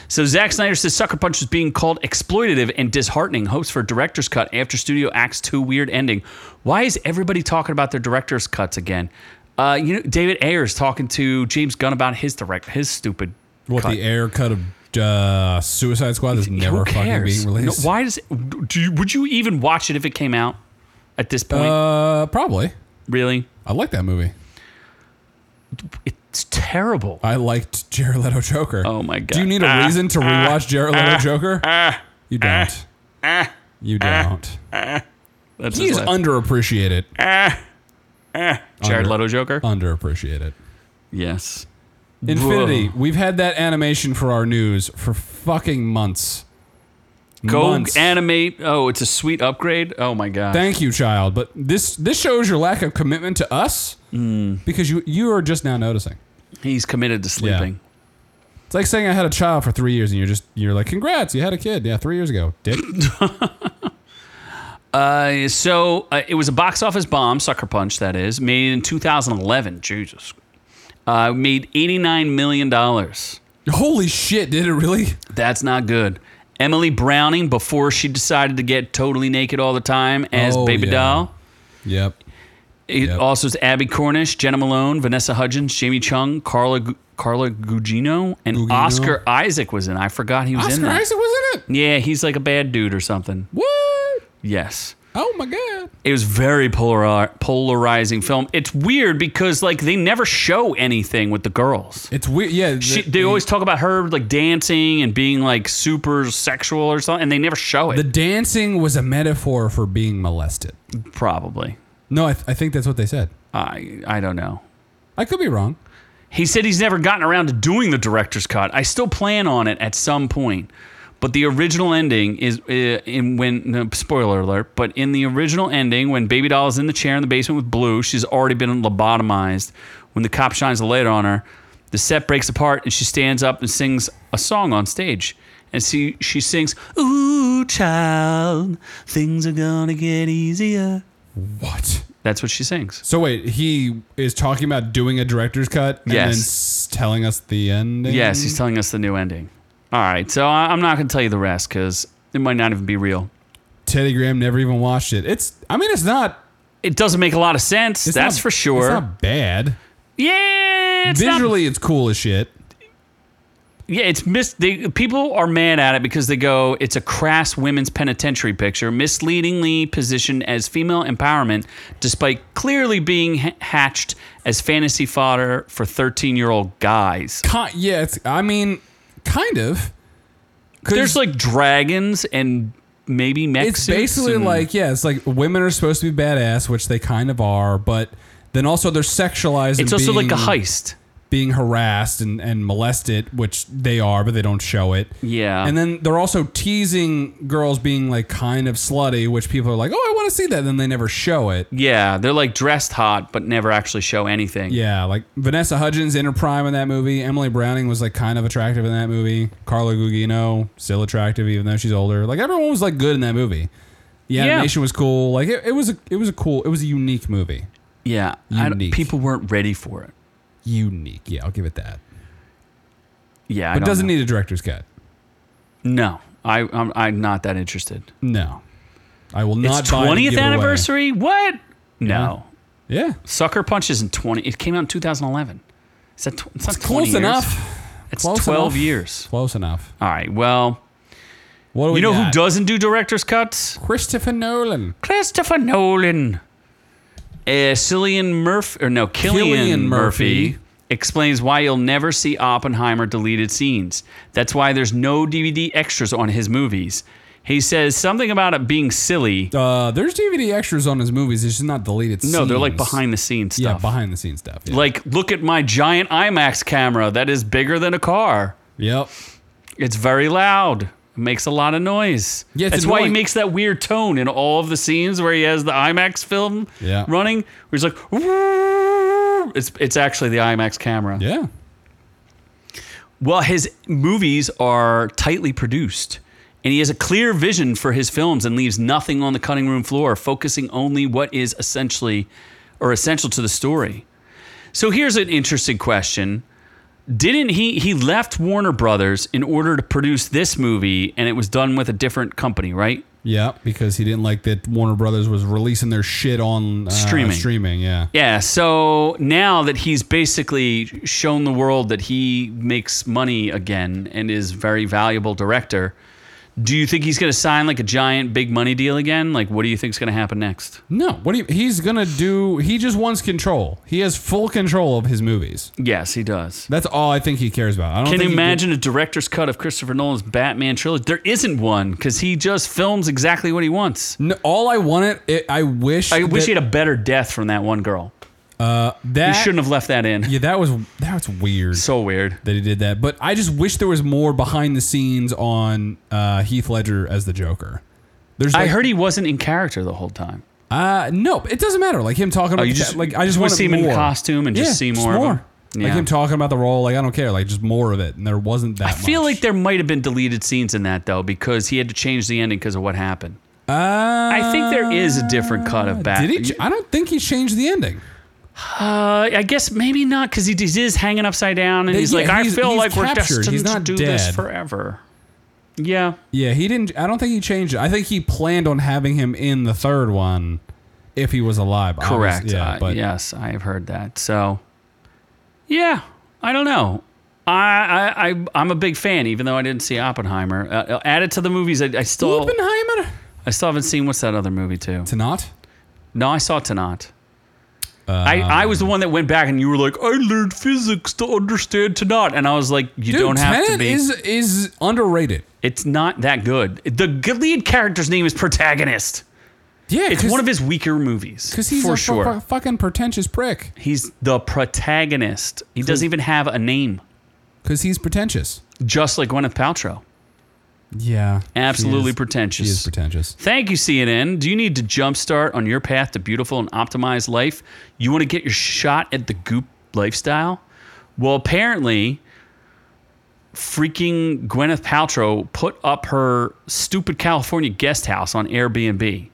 Speaker 2: So Zack Snyder says Sucker Punch is being called exploitative and disheartening. Hopes for a director's cut after studio acts two weird ending. Why is everybody talking about their director's cuts again? Uh, you know, David Ayer's talking to James Gunn about his direct his stupid.
Speaker 1: What
Speaker 2: cut.
Speaker 1: the air cut of uh, Suicide Squad is
Speaker 2: Who
Speaker 1: never fucking
Speaker 2: cares?
Speaker 1: being released.
Speaker 2: No, why does do you, would you even watch it if it came out at this point?
Speaker 1: Uh, probably.
Speaker 2: really,
Speaker 1: I like that movie.
Speaker 2: it's terrible.
Speaker 1: I liked Jared Leto Joker.
Speaker 2: Oh my god! ah,
Speaker 1: Do you need a reason to rewatch Jared Leto Joker? you don't.
Speaker 2: ah.
Speaker 1: you don't.
Speaker 2: That's his
Speaker 1: He's
Speaker 2: laugh.
Speaker 1: underappreciated.
Speaker 2: Ah. Jared
Speaker 1: under-
Speaker 2: Leto Joker.
Speaker 1: uh, Underappreciated.
Speaker 2: yes.
Speaker 1: Infinity. We've had that animation for our news for fucking months.
Speaker 2: Go
Speaker 1: Months.
Speaker 2: animate. Oh, it's a sweet upgrade. Oh my god.
Speaker 1: Thank you, child. But this this shows your lack of commitment to us
Speaker 2: Mm.
Speaker 1: because you you are just now noticing.
Speaker 2: He's committed to sleeping.
Speaker 1: It's like saying I had a child for three years and you're just you're like, congrats, you had a kid. Yeah, three years ago. Dick.
Speaker 2: [coughs] Uh, so uh, it was a box office bomb, Sucker Punch, that is, made in 2011. Jesus. Uh, made 89 million dollars.
Speaker 1: Holy shit, did it really?
Speaker 2: That's not good. Emily Browning, before she decided to get totally naked all the time as
Speaker 1: Oh,
Speaker 2: Baby
Speaker 1: yeah.
Speaker 2: Doll.
Speaker 1: Yep.
Speaker 2: It
Speaker 1: Yep.
Speaker 2: also is Abby Cornish, Jenna Malone, Vanessa Hudgens, Jamie Chung, Carla Gu- Carla Gugino, and
Speaker 1: Gugino.
Speaker 2: Oscar Isaac was in. I forgot he was in
Speaker 1: Oscar
Speaker 2: that.
Speaker 1: Isaac was in it.
Speaker 2: Yeah, he's like a bad dude or something.
Speaker 1: What?
Speaker 2: Yes.
Speaker 1: Oh my god.
Speaker 2: It was very polar- polarizing film. It's weird because like they never show anything with the girls.
Speaker 1: It's weird. Yeah.
Speaker 2: She, they always talk about her like dancing and being like super sexual or something, and they never show it.
Speaker 1: the dancing was a metaphor for being molested.
Speaker 2: Probably,
Speaker 1: No, I, th- I think that's what they said.
Speaker 2: I I don't know.
Speaker 1: I could be wrong.
Speaker 2: He said he's never gotten around to doing the director's cut. I still plan on it at some point. But the original ending is uh, in when no, spoiler alert. But in the original ending, when Baby Doll is in the chair in the basement with Blue, she's already been lobotomized. When the cop shines a light on her, the set breaks apart and she stands up and sings a song on stage. And she she sings, "Ooh, child, things are gonna get easier."
Speaker 1: What?
Speaker 2: That's what she sings.
Speaker 1: So wait, he is talking about doing a director's cut and then
Speaker 2: Yes.
Speaker 1: s- telling us the ending.
Speaker 2: Yes, he's telling us the new ending. All right, so I- I'm not going to tell you the rest because it might not even be real.
Speaker 1: Teddy Graham never even watched it. It's. I mean, it's not.
Speaker 2: It doesn't make a lot of sense.
Speaker 1: It's
Speaker 2: that's
Speaker 1: not-
Speaker 2: for sure.
Speaker 1: It's not bad.
Speaker 2: yeah, it's not-
Speaker 1: Visually, it's cool as shit.
Speaker 2: yeah, it's mis. They, people are mad at it because they go, "It's a crass women's penitentiary picture, misleadingly positioned as female empowerment, despite clearly being ha- hatched as fantasy fodder for 13-year-old guys."
Speaker 1: Ki- yeah, it's. I mean, kind of. 'Cause
Speaker 2: There's like dragons and maybe mech
Speaker 1: it's
Speaker 2: suits
Speaker 1: basically
Speaker 2: and-
Speaker 1: like yeah, it's like women are supposed to be badass, which they kind of are, but then also they're sexualized.
Speaker 2: it's
Speaker 1: and
Speaker 2: also like a
Speaker 1: being-
Speaker 2: heist.
Speaker 1: being harassed and, and molested, which they are, but they don't show it.
Speaker 2: Yeah.
Speaker 1: And then they're also teasing girls being like kind of slutty, which people are like, oh, I want to see that. And then they never show it.
Speaker 2: Yeah, they're like dressed hot but never actually show anything.
Speaker 1: Yeah, like Vanessa Hudgens in her prime in that movie. Emily Browning was like kind of attractive in that movie. Carla Gugino still attractive even though she's older. Like everyone was like good in that movie. The
Speaker 2: Yeah.
Speaker 1: animation was cool. Like it, it was a it was a cool it was a unique movie.
Speaker 2: Yeah, I don't-
Speaker 1: Unique.
Speaker 2: people weren't ready for it.
Speaker 1: Unique, yeah, I'll give it that.
Speaker 2: Yeah, I
Speaker 1: But
Speaker 2: don't
Speaker 1: doesn't
Speaker 2: know.
Speaker 1: need a director's cut.
Speaker 2: No, I I'm, I'm not that interested.
Speaker 1: No, I will not.
Speaker 2: It's
Speaker 1: buy it and
Speaker 2: twentieth
Speaker 1: give it away.
Speaker 2: anniversary. What? No,
Speaker 1: Yeah,
Speaker 2: Sucker Punch isn't twenty. It came out in two thousand eleven. Is that tw- it's not 20
Speaker 1: close
Speaker 2: years.
Speaker 1: enough.
Speaker 2: It's
Speaker 1: Close
Speaker 2: twelve
Speaker 1: enough.
Speaker 2: years.
Speaker 1: Close enough.
Speaker 2: All right. Well,
Speaker 1: What do we
Speaker 2: you know who
Speaker 1: got?
Speaker 2: doesn't do director's cuts?
Speaker 1: Christopher Nolan.
Speaker 2: Christopher Nolan. Uh, Cillian Murphy, or no, Killian,
Speaker 1: Cillian
Speaker 2: Murphy,
Speaker 1: Murphy.
Speaker 2: explains why you'll never see Oppenheimer deleted scenes. That's why there's no DVD extras on his movies. He says something about it being silly.
Speaker 1: Uh, there's DVD extras on his movies. It's just not deleted.
Speaker 2: No, they're like
Speaker 1: scenes.
Speaker 2: behind the scenes
Speaker 1: Yeah,
Speaker 2: stuff.
Speaker 1: behind the scenes stuff. Yeah.
Speaker 2: like, look at my giant IMAX camera that is bigger than a car.
Speaker 1: yep.
Speaker 2: It's very loud. It makes a lot of noise.
Speaker 1: Yeah, it's
Speaker 2: That's why he
Speaker 1: annoying.
Speaker 2: makes that weird tone in all of the scenes where he has the IMAX film
Speaker 1: Yeah.
Speaker 2: running, where he's like, "Woo." it's, it's actually the IMAX camera.
Speaker 1: Yeah.
Speaker 2: Well, his movies are tightly produced, and he has a clear vision for his films and leaves nothing on the cutting room floor, focusing only what is essentially or essential to the story. So here's an interesting question. Didn't he he left Warner Brothers in order to produce this movie and it was done with a different company, right?
Speaker 1: Yeah, because he didn't like that Warner Brothers was releasing their shit on uh,
Speaker 2: Streaming.
Speaker 1: Streaming, yeah.
Speaker 2: Yeah, so now that he's basically shown the world that he makes money again and is a very valuable director, do you think he's going to sign like a giant big money deal again? Like, what do you think's going to happen next?
Speaker 1: No, what do you, he's gonna do? He just wants control. He has full control of his movies.
Speaker 2: Yes, he does.
Speaker 1: That's all I think he cares about. I don't
Speaker 2: Can you
Speaker 1: think he
Speaker 2: imagine a director's cut of Christopher Nolan's Batman trilogy? There isn't one because he just films exactly what he wants.
Speaker 1: No, all I wanted, it, I wish.
Speaker 2: I
Speaker 1: that,
Speaker 2: wish
Speaker 1: uh,
Speaker 2: he had a better death from that one girl.
Speaker 1: that.
Speaker 2: He shouldn't have left that in.
Speaker 1: Yeah, that was that was weird
Speaker 2: So weird.
Speaker 1: that he did that. But I just wish there was more behind the scenes on uh, Heath Ledger as the Joker. There's,
Speaker 2: I
Speaker 1: like-
Speaker 2: heard he wasn't in character the whole time.
Speaker 1: Uh, no, it doesn't matter. Like him talking about
Speaker 2: Oh, you
Speaker 1: the
Speaker 2: just-
Speaker 1: ca- like I
Speaker 2: you
Speaker 1: just
Speaker 2: just
Speaker 1: want
Speaker 2: see him
Speaker 1: more.
Speaker 2: in costume and just see more of him. Yeah.
Speaker 1: Like him talking about the role, like I don't care, like just more of it. And there wasn't that.
Speaker 2: I feel
Speaker 1: much.
Speaker 2: like there might have been deleted scenes in that though, because he had to change the ending because of what happened.
Speaker 1: Uh, I
Speaker 2: think there is a different cut of Bat-
Speaker 1: Uh, Did he? ch- I don't think he changed the ending.
Speaker 2: Uh, I guess maybe not because he d- is hanging upside down, and
Speaker 1: Yeah,
Speaker 2: he's like, I
Speaker 1: he's-
Speaker 2: feel
Speaker 1: he's
Speaker 2: like we're
Speaker 1: captured.
Speaker 2: destined
Speaker 1: He's not
Speaker 2: to do this
Speaker 1: dead."
Speaker 2: forever. Yeah,
Speaker 1: Yeah, he didn't. I don't think he changed it. I think he planned on having him in the third one if he was alive. obviously.
Speaker 2: correct.
Speaker 1: Yeah,
Speaker 2: Uh,
Speaker 1: but
Speaker 2: yes, I have heard that. So, yeah, I don't know. I, I, I I'm a big fan, even though I didn't see Oppenheimer. Uh, added to the movies, I, I still
Speaker 1: Oppenheimer
Speaker 2: I still haven't seen. What's that other movie too?
Speaker 1: to not.
Speaker 2: No, I saw Tanat. I,
Speaker 1: Uh,
Speaker 2: I was the one that went back and you were like, I learned physics to understand Tanat. And I was like, you
Speaker 1: Dude,
Speaker 2: don't have to
Speaker 1: Tenet
Speaker 2: be.
Speaker 1: is is underrated.
Speaker 2: it's not that good. The g- lead character's name is Protagonist.
Speaker 1: Yeah,
Speaker 2: It's one of his weaker movies.
Speaker 1: because he's
Speaker 2: for
Speaker 1: a fu-
Speaker 2: sure.
Speaker 1: fu- fucking pretentious prick.
Speaker 2: he's the protagonist. He doesn't even have a name,
Speaker 1: Because he's pretentious.
Speaker 2: just like Gwyneth Paltrow.
Speaker 1: Yeah,
Speaker 2: Absolutely
Speaker 1: pretentious.
Speaker 2: pretentious.
Speaker 1: He is pretentious.
Speaker 2: Thank you, CNN. Do you need to jumpstart on your path to beautiful and optimized life? You want to get your shot at the goop lifestyle? Well, apparently, freaking Gwyneth Paltrow put up her stupid California guest house on Airbnb.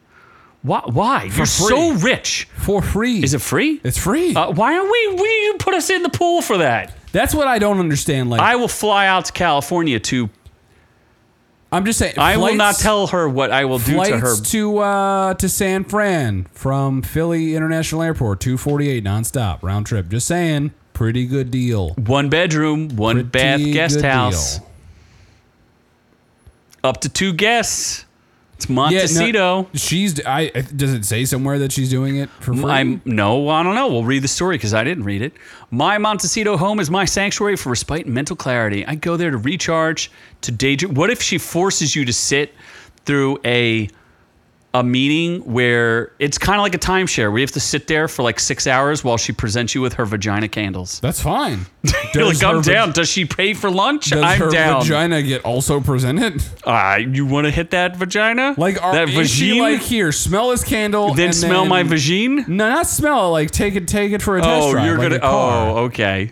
Speaker 2: Why? why? You're so rich.
Speaker 1: For free.
Speaker 2: Is it free?
Speaker 1: [laughs] It's free.
Speaker 2: Uh, why aren't we? We you put us in the pool for that.
Speaker 1: That's what I don't understand. Like,
Speaker 2: I will fly out to California to.
Speaker 1: I, am just saying.
Speaker 2: I will not
Speaker 1: flights-
Speaker 2: tell her what I will do
Speaker 1: Flights
Speaker 2: to her.
Speaker 1: to uh, to San Fran from Philly International Airport, two forty eight nonstop round trip. Just saying, pretty good deal.
Speaker 2: One bedroom, one bath
Speaker 1: Pretty
Speaker 2: guest
Speaker 1: good
Speaker 2: house.
Speaker 1: deal.
Speaker 2: Up to two guests. It's
Speaker 1: Yeah, no,
Speaker 2: Montecito.
Speaker 1: she's. I I- does it say somewhere that she's doing it for free?
Speaker 2: I'm no, I don't know. We'll read the story because I didn't read it. My Montecito home is my sanctuary for respite and mental clarity. I go there to recharge, to daydream. What if she forces you to sit through a a meeting where it's kind of like a timeshare where you have to sit there for like six hours while she presents you with her vagina candles.
Speaker 1: That's fine.
Speaker 2: [laughs] You're
Speaker 1: Does
Speaker 2: like, I'm
Speaker 1: her vag-
Speaker 2: down. Does she pay for lunch?
Speaker 1: Does
Speaker 2: I'm
Speaker 1: her
Speaker 2: down.
Speaker 1: vagina get also presented?
Speaker 2: Ah, you want to hit that vagina?
Speaker 1: Like, are,
Speaker 2: that
Speaker 1: is she like here? Smell his candle.
Speaker 2: then
Speaker 1: and
Speaker 2: smell my vagina?
Speaker 1: No, not smell. it, Like take it, take it for a test
Speaker 2: Oh,
Speaker 1: drive.
Speaker 2: you're
Speaker 1: like
Speaker 2: gonna.
Speaker 1: a car.
Speaker 2: Oh, okay.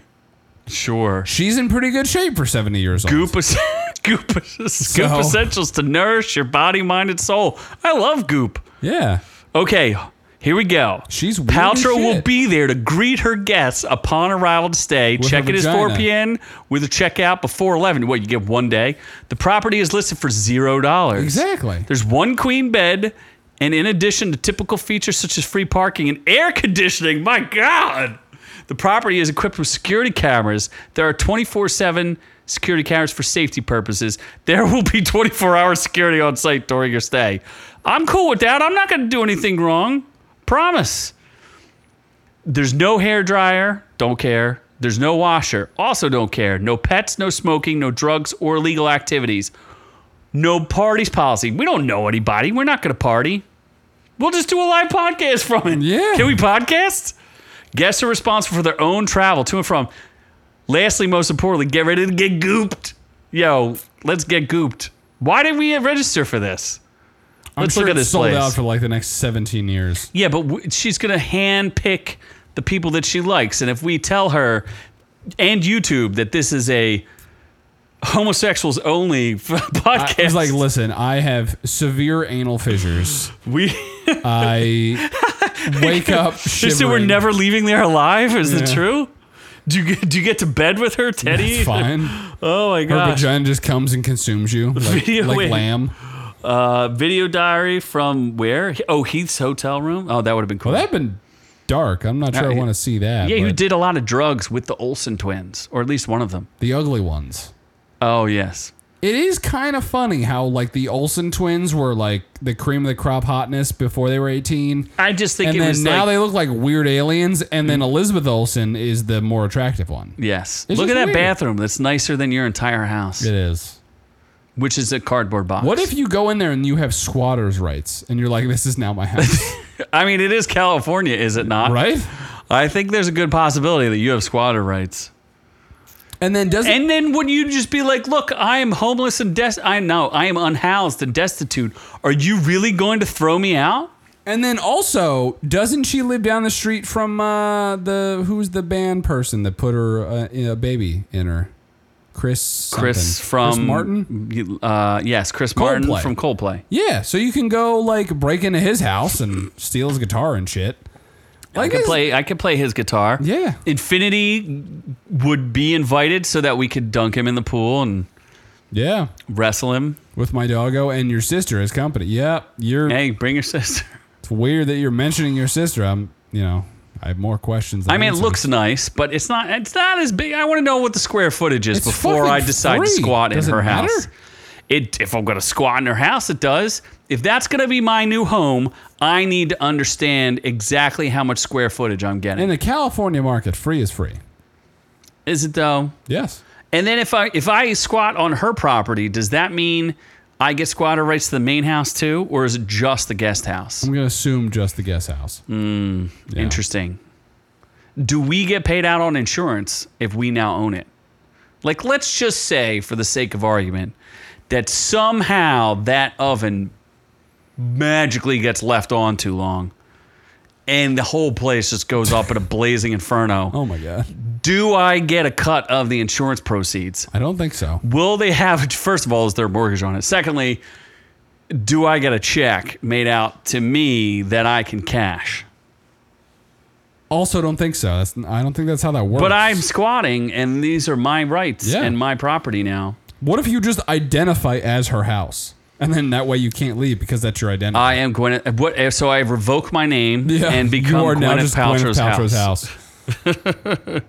Speaker 2: Sure.
Speaker 1: she's in pretty good shape for seventy years old.
Speaker 2: Goop, es- [laughs] goop, es- goop essentials to nourish your body, mind, and soul. I love goop.
Speaker 1: Yeah,
Speaker 2: Okay, here we go.
Speaker 1: She's weird as
Speaker 2: Paltrow will
Speaker 1: shit.
Speaker 2: be there to greet her guests upon arrival to stay. Check
Speaker 1: her
Speaker 2: in is
Speaker 1: vagina.
Speaker 2: 4 p.m. with a checkout before 11. What you get one day. The property is listed for zero dollars.
Speaker 1: exactly.
Speaker 2: There's one queen bed, and in addition to typical features such as free parking and air conditioning, my God, the property is equipped with security cameras. There are 24 7 security cameras for safety purposes. There will be 24 hour security on site during your stay. I'm cool with that. I'm not going to do anything wrong. Promise. There's no hair dryer. Don't care. There's no washer. Also, don't care. No pets, no smoking, no drugs or illegal activities no parties policy. We don't know anybody. We're not going to party. We'll just do a live podcast from it.
Speaker 1: Yeah.
Speaker 2: Can we podcast? Guests are responsible for their own travel to and from. Lastly, most importantly, get ready to get gooped. Yo, let's get gooped. Why did we register for this?
Speaker 1: I'm
Speaker 2: Let's
Speaker 1: sure
Speaker 2: look at
Speaker 1: it's
Speaker 2: this
Speaker 1: sold
Speaker 2: place.
Speaker 1: out for like the next seventeen years.
Speaker 2: Yeah, but w- she's going to hand pick the people that she likes. And if we tell her and YouTube that this is a homosexuals only [laughs]
Speaker 1: I
Speaker 2: podcast,
Speaker 1: was like, listen, I have severe anal fissures.
Speaker 2: we. [laughs]
Speaker 1: I wake up shivering.
Speaker 2: Just that we're never leaving there alive. Is it
Speaker 1: Yeah.
Speaker 2: true? Do you get, do you get to bed with her, Teddy?
Speaker 1: It's fine.
Speaker 2: Oh my
Speaker 1: Her
Speaker 2: gosh!
Speaker 1: vagina just comes and consumes you like,
Speaker 2: Video
Speaker 1: like
Speaker 2: wait.
Speaker 1: lamb.
Speaker 2: Uh, video diary from where? Oh, Heath's hotel room. Oh, that would have been cool.
Speaker 1: Well, that'd been dark. I'm not sure I
Speaker 2: Uh,
Speaker 1: want to see that.
Speaker 2: yeah, who
Speaker 1: but
Speaker 2: did a lot of drugs with the Olsen twins, or at least one of them.
Speaker 1: the ugly ones.
Speaker 2: Oh yes.
Speaker 1: It is kind of funny how like the Olsen twins were like the cream of the crop hotness before they were 18,
Speaker 2: I just think
Speaker 1: and
Speaker 2: it was
Speaker 1: then now
Speaker 2: like
Speaker 1: they look like weird aliens. And then Elizabeth Olsen is the more attractive one.
Speaker 2: yes.
Speaker 1: It's
Speaker 2: Look at
Speaker 1: just
Speaker 2: that
Speaker 1: weird.
Speaker 2: bathroom. That's nicer than your entire house,
Speaker 1: It is.
Speaker 2: which is a cardboard box.
Speaker 1: What if you go in there and you have squatters' rights, and you're like, "This is now my
Speaker 2: [laughs]
Speaker 1: house,"
Speaker 2: [laughs] I mean, it is California, is it not?
Speaker 1: right?
Speaker 2: I think there's a good possibility that you have squatter rights.
Speaker 1: And then doesn't
Speaker 2: And then would you just be like, "Look, I am homeless and dest I know I am unhoused and destitute. Are you really going to throw me out?"
Speaker 1: And then also, doesn't she live down the street from uh, the who's the band person that put her uh, in- a baby in her? Chris. something.
Speaker 2: Chris from
Speaker 1: Chris Martin.
Speaker 2: Uh, yes, Chris Martin
Speaker 1: Coldplay.
Speaker 2: from Coldplay.
Speaker 1: Yeah, so you can go like break into his house and steal his guitar and shit.
Speaker 2: I
Speaker 1: Like
Speaker 2: could
Speaker 1: it's-
Speaker 2: play. I could play his guitar.
Speaker 1: Yeah.
Speaker 2: Infinity would be invited so that we could dunk him in the pool and
Speaker 1: Yeah,
Speaker 2: wrestle him.
Speaker 1: with my doggo and your sister as company. Yeah, you're.
Speaker 2: Hey, bring your sister.
Speaker 1: It's weird that you're mentioning your sister. I'm, you know, I have more questions. Than
Speaker 2: I mean, it
Speaker 1: answers.
Speaker 2: looks nice, but it's not. It's not as big. I want to know what the square footage is
Speaker 1: It's
Speaker 2: before
Speaker 1: fucking
Speaker 2: I decide to
Speaker 1: free.
Speaker 2: squat
Speaker 1: Does
Speaker 2: in
Speaker 1: it
Speaker 2: her
Speaker 1: matter?
Speaker 2: house. It if I'm gonna squat in her house, it does. If that's gonna be my new home, I need to understand exactly how much square footage I'm
Speaker 1: in
Speaker 2: getting.
Speaker 1: the California market, free is free.
Speaker 2: Is it though?
Speaker 1: Yes.
Speaker 2: And then if I if I squat on her property, does that mean I get squatter rights to the main house too, or is it just the guest house?
Speaker 1: I'm gonna assume just the guest house.
Speaker 2: Mm.
Speaker 1: Yeah.
Speaker 2: Interesting. Do we get paid out on insurance if we now own it? Like, let's just say, for the sake of argument, that somehow that oven magically gets left on too long and the whole place just goes up in a blazing inferno.
Speaker 1: Oh my god.
Speaker 2: Do I get a cut of the insurance proceeds?
Speaker 1: I don't think so.
Speaker 2: Will they have, [laughs] first of all, is there a mortgage on it? Secondly, do I get a check made out to me that I can cash?
Speaker 1: Also, don't think so. That's, I don't think that's how that works.
Speaker 2: But I'm squatting, and these are my rights
Speaker 1: Yeah.
Speaker 2: and my property now.
Speaker 1: What if you just identify as her house, and then that way you can't leave because that's your identity.
Speaker 2: I am Gwyneth. uh, What? So I revoke my name
Speaker 1: [laughs]
Speaker 2: and become Gwyneth, Paltrow's, house. [laughs]
Speaker 1: house.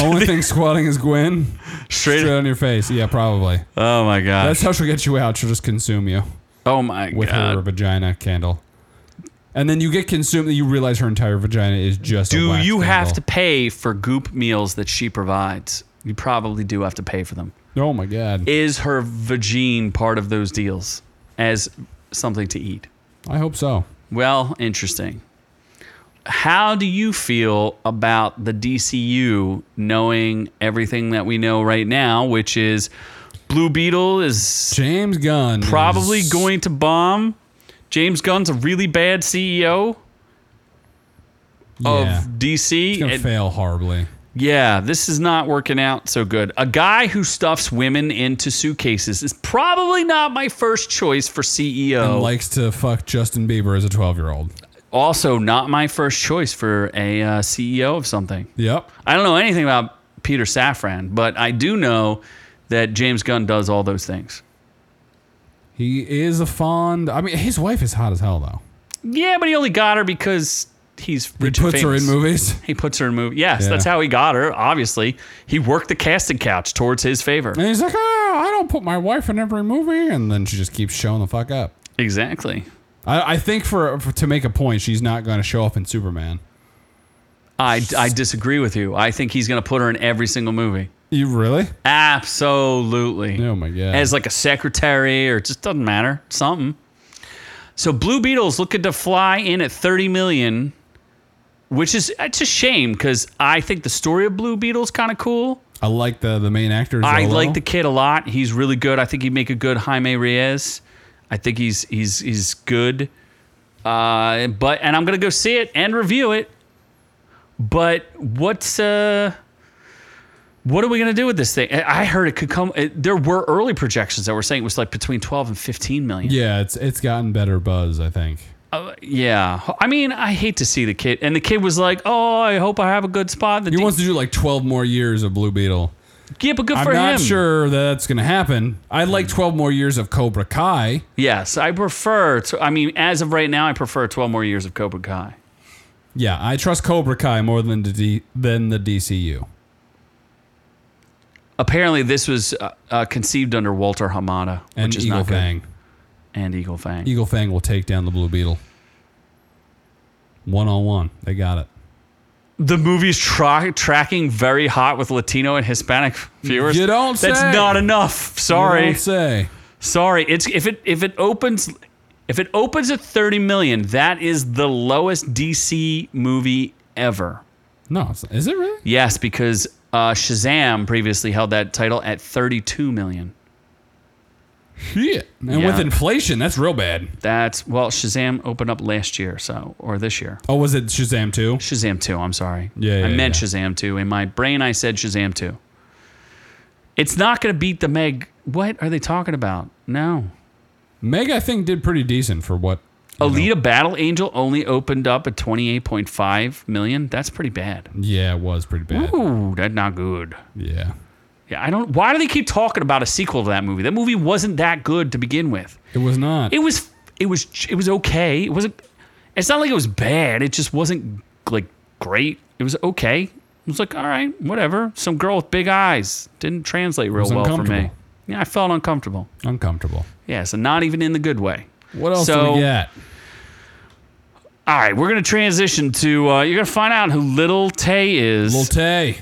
Speaker 1: Only thing squatting is Gwen.
Speaker 2: Straight.
Speaker 1: Straight on your face. Yeah, probably.
Speaker 2: Oh my god.
Speaker 1: That's how she'll get you out. She'll just consume you
Speaker 2: Oh my
Speaker 1: with her
Speaker 2: god.
Speaker 1: vagina candle. And then you get consumed and you realize her entire vagina is just a
Speaker 2: Do
Speaker 1: wax
Speaker 2: you have to
Speaker 1: candle.
Speaker 2: pay for goop meals that she provides? You probably do have to pay for them.
Speaker 1: Oh my god.
Speaker 2: Is her vagine part of those deals as something to eat?
Speaker 1: I hope so.
Speaker 2: Well, interesting. How do you feel about the DCU knowing everything that we know right now, which is Blue Beetle is
Speaker 1: James Gunn.
Speaker 2: probably
Speaker 1: is-
Speaker 2: going to bomb. James Gunn's a really bad CEO of
Speaker 1: Yeah.
Speaker 2: DC.
Speaker 1: Gonna
Speaker 2: and-
Speaker 1: fail horribly.
Speaker 2: yeah, this is not working out so good. A guy who stuffs women into suitcases is probably not my first choice for E CEO.
Speaker 1: And likes to fuck Justin Bieber as a 12 year old.
Speaker 2: also, not my first choice for a uh, CEO of something.
Speaker 1: Yep.
Speaker 2: I don't know anything about Peter Safran, but I do know that James Gunn does all those things.
Speaker 1: He is a fond. I mean, his wife is hot as hell, though.
Speaker 2: Yeah, but he only got her because he's
Speaker 1: He
Speaker 2: rich and
Speaker 1: puts her in
Speaker 2: famous.
Speaker 1: movies.
Speaker 2: He puts her in movie. Yes, that's
Speaker 1: Yeah.
Speaker 2: how he got her. Obviously, he worked the casting couch towards his favor.
Speaker 1: And he's like, oh, I don't put my wife in every movie. And then she just keeps showing the fuck up.
Speaker 2: Exactly.
Speaker 1: I, I think for, for to make a point, she's not going to show up in Superman.
Speaker 2: I, I disagree with you. I think he's going to put her in every single movie.
Speaker 1: You really?
Speaker 2: Absolutely.
Speaker 1: Oh my god.
Speaker 2: As like a secretary or it just doesn't matter. Something. So Blue Beetle's looking to fly in at 30 million, which is it's a shame because I think the story of Blue Beetle's kind of cool.
Speaker 1: I like the the main actor.
Speaker 2: I
Speaker 1: Zolo.
Speaker 2: like the kid a lot. He's really good. I think he'd make a good Jaime Reyes. I think he's he's he's good. Uh, but and I'm gonna go see it and review it. But what's uh, what are we gonna do with this thing? I I heard it could come. It, there were early projections that were saying it was like between 12 and 15 million.
Speaker 1: Yeah, it's it's gotten better buzz. I think.
Speaker 2: Uh, yeah. I mean, I hate to see the kid. And the kid was like, "Oh, I hope I have a good spot." The
Speaker 1: He
Speaker 2: D-
Speaker 1: wants to do like 12 more years of Blue Beetle.
Speaker 2: yeah, but good
Speaker 1: I'm
Speaker 2: for
Speaker 1: not
Speaker 2: him.
Speaker 1: sure that that's going to happen. I'd like 12 more years of Cobra Kai.
Speaker 2: Yes, I prefer. To, I mean, as of right now, I prefer 12 more years of Cobra Kai.
Speaker 1: Yeah, I trust Cobra Kai more than the D- than the DCU.
Speaker 2: apparently this was uh, uh, conceived under Walter Hamada,
Speaker 1: And
Speaker 2: which is
Speaker 1: Eagle
Speaker 2: not good.
Speaker 1: Fang. E-
Speaker 2: And Eagle Fang.
Speaker 1: Eagle Fang will take down the Blue Beetle. One on one. They got it.
Speaker 2: The movie's tra- tracking very hot with Latino and Hispanic viewers.
Speaker 1: You don't
Speaker 2: That's
Speaker 1: say.
Speaker 2: not enough.
Speaker 1: I
Speaker 2: Sorry,
Speaker 1: don't say.
Speaker 2: sorry. It's if it if it opens. If it opens at 30 million, that is the lowest DC movie ever.
Speaker 1: No, it's, is it really?
Speaker 2: Yes, because uh, Shazam previously held that title at 32 million.
Speaker 1: Shit. And
Speaker 2: [laughs] Yeah.
Speaker 1: with inflation, that's real bad.
Speaker 2: That's, well, Shazam opened up last year, so, or this year.
Speaker 1: Oh, was it Shazam 2?
Speaker 2: Shazam 2, I'm sorry.
Speaker 1: Yeah, yeah,
Speaker 2: I meant
Speaker 1: yeah.
Speaker 2: Shazam 2. In my brain, I said Shazam 2. It's not going to beat the Meg. What are they talking about? No.
Speaker 1: Meg, I think, did pretty decent for what. you know.
Speaker 2: Alita Battle Angel only opened up at 28.5 million. That's pretty bad.
Speaker 1: Yeah, it was pretty bad.
Speaker 2: Ooh, that's not good.
Speaker 1: Yeah.
Speaker 2: Yeah, I don't. Why do they keep talking about a sequel to that movie? That movie wasn't that good to begin with.
Speaker 1: It was not.
Speaker 2: It was. It was. It was okay. It wasn't. It's not like it was bad. It just wasn't like great. It was okay. It was like all right, whatever. Some girl with big eyes didn't translate real
Speaker 1: was
Speaker 2: well for me.
Speaker 1: uncomfortable.
Speaker 2: Yeah, I felt uncomfortable.
Speaker 1: Uncomfortable.
Speaker 2: Yeah, so not even in the good way.
Speaker 1: What else
Speaker 2: So-
Speaker 1: do we get?
Speaker 2: All right, we're gonna transition to. Uh, you're gonna find out who Little Tay is.
Speaker 1: Little Tay.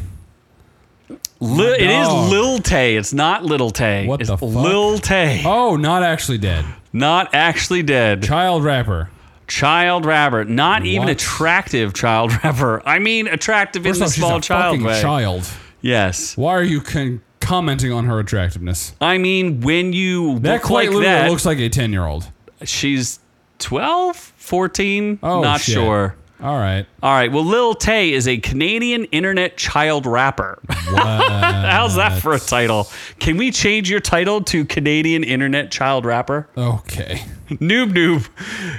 Speaker 2: Li- it
Speaker 1: dog.
Speaker 2: is Lil Tay. It's not Little Tay.
Speaker 1: What
Speaker 2: it's
Speaker 1: the fuck?
Speaker 2: Lil Tay.
Speaker 1: Oh, not actually dead.
Speaker 2: Not actually dead.
Speaker 1: Child rapper.
Speaker 2: child rapper, not even
Speaker 1: What?
Speaker 2: attractive child [laughs] rapper. I mean, attractive
Speaker 1: First
Speaker 2: in the
Speaker 1: off, Oh, she's
Speaker 2: small
Speaker 1: a
Speaker 2: child
Speaker 1: fucking
Speaker 2: way.
Speaker 1: child.
Speaker 2: Yes,
Speaker 1: Why are you con- commenting on her attractiveness?
Speaker 2: I mean when you
Speaker 1: That
Speaker 2: look
Speaker 1: quite
Speaker 2: like
Speaker 1: literally
Speaker 2: that,
Speaker 1: looks like a ten-year-old.
Speaker 2: she's 12, 14,
Speaker 1: Oh,
Speaker 2: not
Speaker 1: shit.
Speaker 2: sure.
Speaker 1: All right.
Speaker 2: All right, well, Lil Tay is a Canadian internet child rapper. [laughs] How's that for a title? Can we change your title to Canadian internet child rapper? [laughs]
Speaker 1: Okay.
Speaker 2: noob, noob.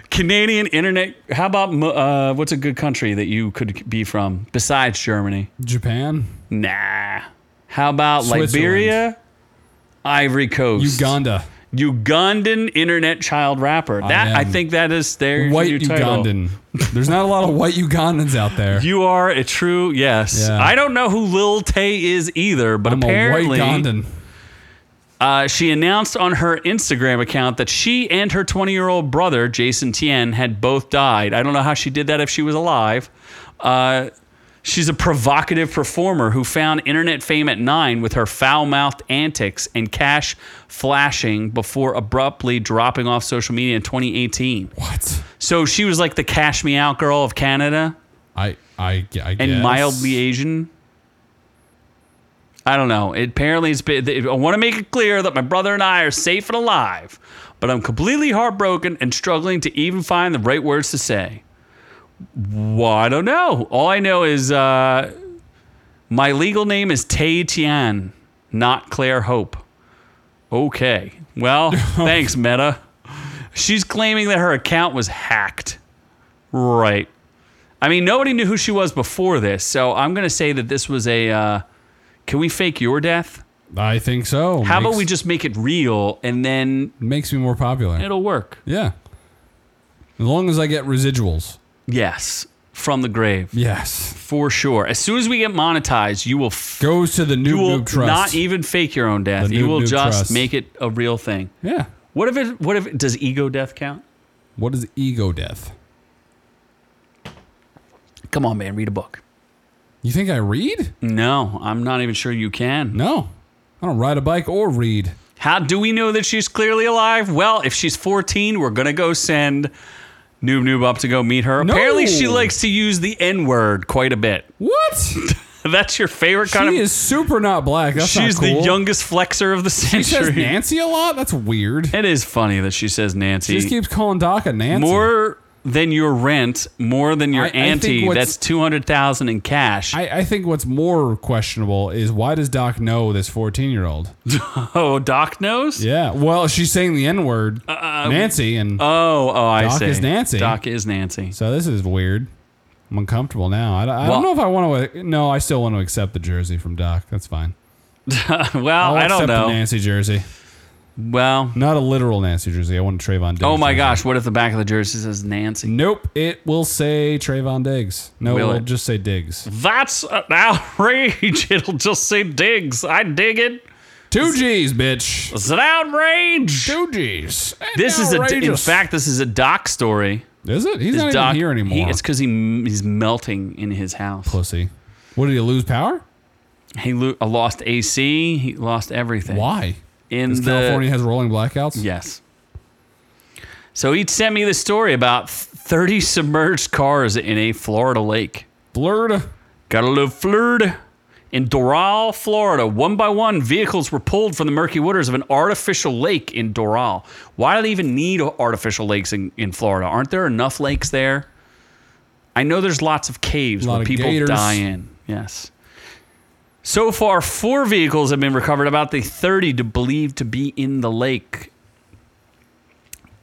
Speaker 2: Canadian internet. How about mo- uh, what's a good country that you could be from besides Germany?
Speaker 1: Japan,
Speaker 2: Nah. How about
Speaker 1: Switzerland.
Speaker 2: Liberia? Ivory Coast. [laughs]
Speaker 1: Uganda,
Speaker 2: Ugandan internet child rapper. That I,
Speaker 1: am
Speaker 2: think that is their
Speaker 1: white
Speaker 2: new title.
Speaker 1: Ugandan. There's not a lot of white Ugandans out
Speaker 2: [laughs]
Speaker 1: there.
Speaker 2: You are a true yes.
Speaker 1: Yeah.
Speaker 2: I don't know who Lil Tay is either, but
Speaker 1: I'm
Speaker 2: apparently
Speaker 1: a white Ugandan.
Speaker 2: uh, she announced on her Instagram account that she and her 20 year old brother, Jason Tien, had both died. I don't know how she did that if she was alive. Uh, she's a provocative performer who found internet fame at nine with her foul mouthed antics and cash flashing before abruptly dropping off social media in 2018.
Speaker 1: What?
Speaker 2: So she was like the cash me out girl of Canada
Speaker 1: I I I
Speaker 2: and
Speaker 1: guess.
Speaker 2: mildly Asian. I don't know. It apparently it's been. I want to make it clear that my brother and I are safe and alive, but I'm completely heartbroken and struggling to even find the right words to say. Well, I don't know. All I know is uh, my legal name is Tay Tian, not Claire Hope. Okay. Well, thanks, Meta. She's claiming that her account was hacked. Right. I mean, nobody knew who she was before this, so I'm gonna say that this was a. Uh, can we fake your death?
Speaker 1: I think so.
Speaker 2: How
Speaker 1: makes,
Speaker 2: about we just make it real and then
Speaker 1: makes me more popular?
Speaker 2: it'll work?
Speaker 1: yeah. As long as I get residuals.
Speaker 2: Yes, from the grave
Speaker 1: Yes.
Speaker 2: for sure. As soon as we get monetized, you will. F-
Speaker 1: Goes to the new
Speaker 2: you will
Speaker 1: noob trust.
Speaker 2: not e- even fake your own death.
Speaker 1: The
Speaker 2: You
Speaker 1: noob
Speaker 2: will
Speaker 1: noob
Speaker 2: just
Speaker 1: trust.
Speaker 2: make it a real thing.
Speaker 1: yeah.
Speaker 2: What if it? What if it, does ego death count?
Speaker 1: What is ego death?
Speaker 2: Come on, man, read a book.
Speaker 1: You think I read?
Speaker 2: No, I'm not even sure you can.
Speaker 1: No. I don't ride a bike or read.
Speaker 2: How do we know that she's clearly alive? Well, if she's 14, we're gonna go send Noob Noob up to go meet her.
Speaker 1: No.
Speaker 2: Apparently, she likes to use the N word quite a bit. [laughs]
Speaker 1: What?
Speaker 2: That's your favorite kind
Speaker 1: she
Speaker 2: of.
Speaker 1: is super not black. That's not
Speaker 2: she's
Speaker 1: cool.
Speaker 2: the youngest flexer of the
Speaker 1: She says
Speaker 2: century.
Speaker 1: Nancy a lot. That's weird.
Speaker 2: it is funny that she says
Speaker 1: She
Speaker 2: Nancy
Speaker 1: just keeps calling Doc a Nancy.
Speaker 2: more than your rent, more than your
Speaker 1: I- I think
Speaker 2: auntie.
Speaker 1: what's-
Speaker 2: That's two hundred thousand in cash.
Speaker 1: I, I think what's more questionable is why does Doc know this 14 year old?
Speaker 2: oh, Doc knows.
Speaker 1: Yeah. Well, she's saying the N word,
Speaker 2: Uh,
Speaker 1: Nancy, and
Speaker 2: Oh, oh, I
Speaker 1: Doc
Speaker 2: see.
Speaker 1: is Nancy.
Speaker 2: Doc is Nancy. [laughs]
Speaker 1: so this is weird. I'm uncomfortable now. I, don't- I
Speaker 2: Well-
Speaker 1: don't know if I want to. No, I still want to accept the jersey from Doc. That's fine.
Speaker 2: Well,
Speaker 1: I'll
Speaker 2: I don't
Speaker 1: accept the
Speaker 2: know.
Speaker 1: Nancy jersey.
Speaker 2: Well,
Speaker 1: Not a literal Nancy jersey. I want a Trayvon Diggs.
Speaker 2: oh my
Speaker 1: jersey.
Speaker 2: gosh, what if the back of the jersey says Nancy?
Speaker 1: Nope. It will say Trayvon Diggs. No,
Speaker 2: Will
Speaker 1: it'll
Speaker 2: it?
Speaker 1: just say Diggs.
Speaker 2: That's an [laughs] outrage. It'll just say digs. I dig it.
Speaker 1: Two G's, bitch.
Speaker 2: It's an outrage.
Speaker 1: Two G's.
Speaker 2: This is a. In
Speaker 1: Outrageous.
Speaker 2: fact, this is a Doc story.
Speaker 1: Is it? He's not even
Speaker 2: Doc-
Speaker 1: here anymore.
Speaker 2: he- it's because he he's melting in his house.
Speaker 1: Pussy. What did he lose power?
Speaker 2: He lo- uh, lost AC. He lost everything.
Speaker 1: Why?
Speaker 2: In Eh. the
Speaker 1: Because California has rolling blackouts.
Speaker 2: yes. So he sent me this story about 30 submerged cars in a Florida lake.
Speaker 1: Blurred.
Speaker 2: Gotta love Florida. In Doral, Florida, one by one, vehicles were pulled from the murky waters of an artificial lake in Doral. Why do they even need artificial lakes in, in Florida? Aren't there enough lakes there? I know there's lots of caves
Speaker 1: Lot
Speaker 2: where
Speaker 1: of
Speaker 2: people
Speaker 1: gators.
Speaker 2: die in. Yes. So far, four vehicles have been recovered, about the 30 to believed to be in the lake.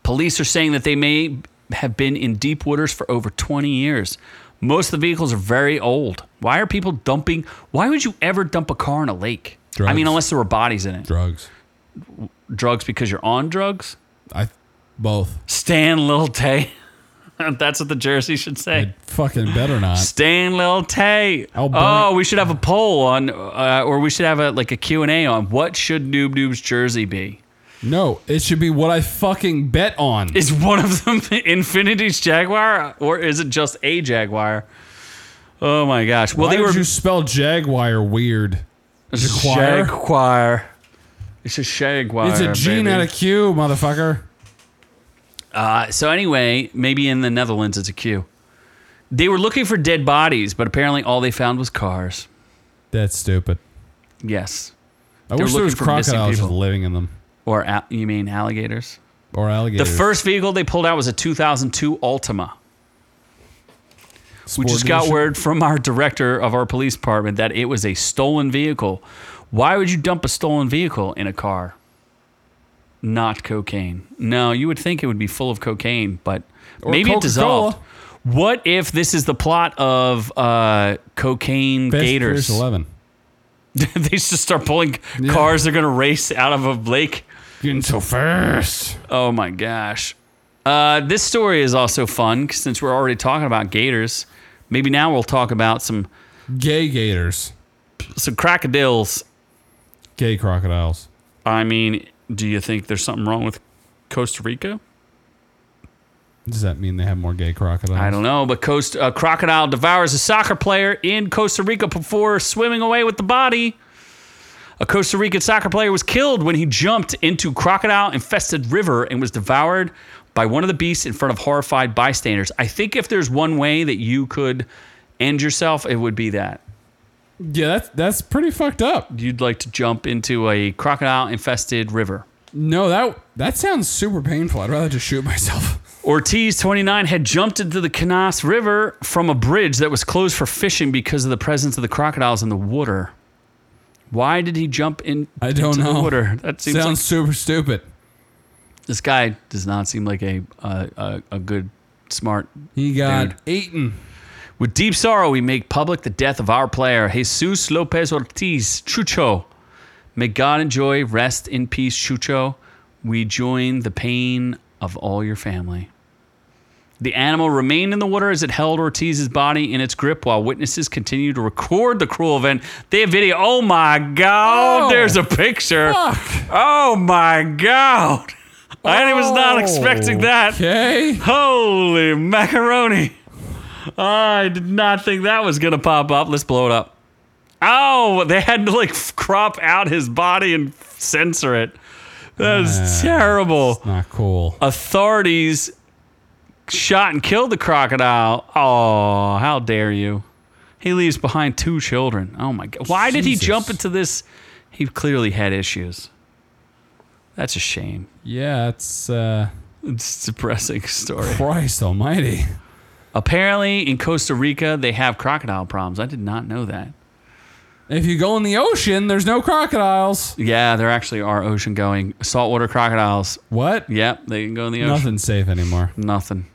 Speaker 2: Police are saying that they may have been in deep waters for over 20 years. Most of the vehicles are very old. Why are people dumping? Why would you ever dump a car in a lake? I mean,
Speaker 1: Drugs.
Speaker 2: unless there were bodies in it.
Speaker 1: Drugs.
Speaker 2: Drugs because you're on drugs?
Speaker 1: I both.
Speaker 2: Stan Lil Tay. [laughs] That's what the jersey should say.
Speaker 1: It fucking better not.
Speaker 2: Stan Lil Tay.
Speaker 1: I'll burn-
Speaker 2: Oh, we should have a poll on, uh, or we should have a like a Q and A on what should Noob Noob's jersey be.
Speaker 1: No, it should be what I fucking bet on.
Speaker 2: Is one of them [laughs] Infinity's Jaguar, or is it just a Jaguar? Oh my gosh! Well,
Speaker 1: Why
Speaker 2: they
Speaker 1: did
Speaker 2: were
Speaker 1: you spell Jaguar weird? Jaguar?
Speaker 2: Jaguar. It's a Jaguar.
Speaker 1: It's a G,
Speaker 2: baby.
Speaker 1: not a Q, motherfucker.
Speaker 2: Uh, so anyway, maybe in the Netherlands it's a Q. They were looking for dead bodies, but apparently all they found was cars.
Speaker 1: That's stupid.
Speaker 2: Yes,
Speaker 1: I wish there
Speaker 2: looking
Speaker 1: was
Speaker 2: for missing
Speaker 1: crocodiles just
Speaker 2: people.
Speaker 1: living in them
Speaker 2: or al- you mean alligators?
Speaker 1: or alligators.
Speaker 2: The first vehicle they pulled out was a 2002 Altima. We
Speaker 1: Sport
Speaker 2: just got
Speaker 1: dealership.
Speaker 2: word from our director of our police department that it was a stolen vehicle. Why would you dump a stolen vehicle in a car? Not cocaine. No, you would think it would be full of cocaine, but maybe
Speaker 1: Coca-Cola.
Speaker 2: it dissolved. What if this is the plot of uh, cocaine
Speaker 1: Fast and Furious
Speaker 2: gators?
Speaker 1: 11.
Speaker 2: [laughs] they just start pulling cars they're going to race out of a lake.
Speaker 1: Getting so fast.
Speaker 2: Oh my gosh. Uh, this story is also fun 'cause since we're already talking about gators. Maybe now we'll talk about some
Speaker 1: Gay gators.
Speaker 2: some crocodiles.
Speaker 1: Gay crocodiles.
Speaker 2: I mean, do you think there's something wrong with Costa Rica?
Speaker 1: Does that mean they have more gay crocodiles?
Speaker 2: I don't know, but Coast, uh, a crocodile devours a soccer player in Costa Rica before swimming away with the body. A Costa Rican soccer player was killed when he jumped into crocodile infested river and was devoured by one of the beasts in front of horrified bystanders. I think if there's one way that you could end yourself, it would be that.
Speaker 1: Yeah, that's that's pretty fucked up.
Speaker 2: You'd like to jump into a crocodile infested river.
Speaker 1: No, that that sounds super painful. I'd rather just shoot myself.
Speaker 2: Ortiz, 29, had jumped into the Canas River from a bridge that was closed for fishing because of the presence of the crocodiles in the water. Why did he jump in?
Speaker 1: I don't
Speaker 2: into The
Speaker 1: know.
Speaker 2: water? That seems
Speaker 1: sounds super stupid.
Speaker 2: like this guy does not seem like a uh, a, a good, smart
Speaker 1: He got
Speaker 2: Dude.
Speaker 1: eaten.
Speaker 2: With deep sorrow, we make public the death of our player, Jesus Lopez Ortiz, Chucho. May God enjoy, rest in peace, Chucho. We join the pain of all your family. The animal remained in the water as it held Ortiz's body in its grip while witnesses continue to record the cruel event. They have video. Oh my God,
Speaker 1: Oh.
Speaker 2: there's a picture.
Speaker 1: Fuck.
Speaker 2: Oh my God. I was not
Speaker 1: Oh.
Speaker 2: expecting that.
Speaker 1: Okay.
Speaker 2: Holy macaroni! I did not think that was gonna pop up. Let's blow it up. Oh, they had to like f- crop out his body and censor it. That's terrible.
Speaker 1: Not cool.
Speaker 2: Authorities shot and killed the crocodile. Oh, how dare you! He leaves behind two children. Oh my god! Why did he
Speaker 1: Jesus.
Speaker 2: jump into this? He clearly had issues. That's a shame.
Speaker 1: Yeah, it's uh
Speaker 2: It's a depressing [laughs] story.
Speaker 1: Christ almighty.
Speaker 2: Apparently, in Costa Rica, they have crocodile problems. I did not know that.
Speaker 1: If you go in the ocean, there's no crocodiles.
Speaker 2: Yeah, there actually are ocean going saltwater crocodiles.
Speaker 1: What?
Speaker 2: Yep, they can go in the ocean.
Speaker 1: Nothing's safe anymore.
Speaker 2: Nothing.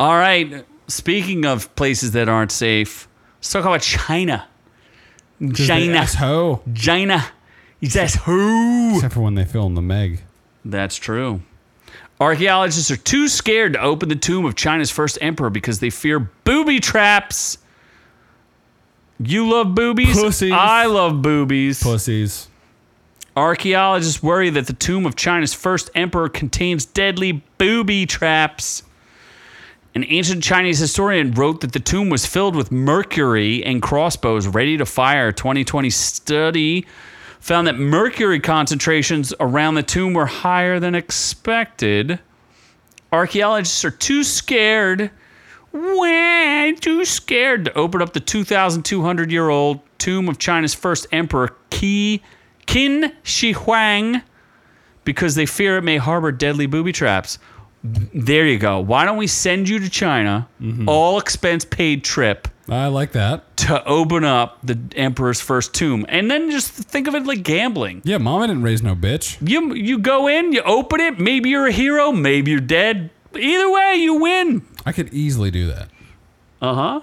Speaker 2: All right. Speaking of places that aren't safe, let's talk about China. China.
Speaker 1: Ho.
Speaker 2: China. You says who?
Speaker 1: Except for when they film the Meg.
Speaker 2: That's true. Archaeologists are too scared to open the tomb of China's first emperor because they fear booby traps. You love boobies?
Speaker 1: Pussies.
Speaker 2: I love boobies.
Speaker 1: Pussies.
Speaker 2: Archaeologists worry that the tomb of China's first emperor contains deadly booby traps. An ancient Chinese historian wrote that the tomb was filled with mercury and crossbows ready to fire. A 2020 study found that mercury concentrations around the tomb were higher than expected. Archaeologists are too scared, way too scared to open up the 2,200 year old tomb of China's first emperor, Qi, Qin Shi Huang, because they fear it may harbor deadly booby traps. There you go. Why don't we send you to China, all expense paid trip,
Speaker 1: I like that.
Speaker 2: to open up the emperor's first tomb? And then just think of it like gambling.
Speaker 1: Yeah, mama didn't raise no bitch.
Speaker 2: You you go in, you open it. Maybe you're a hero. Maybe you're dead. Either way, you win.
Speaker 1: I could easily do that.
Speaker 2: Uh huh.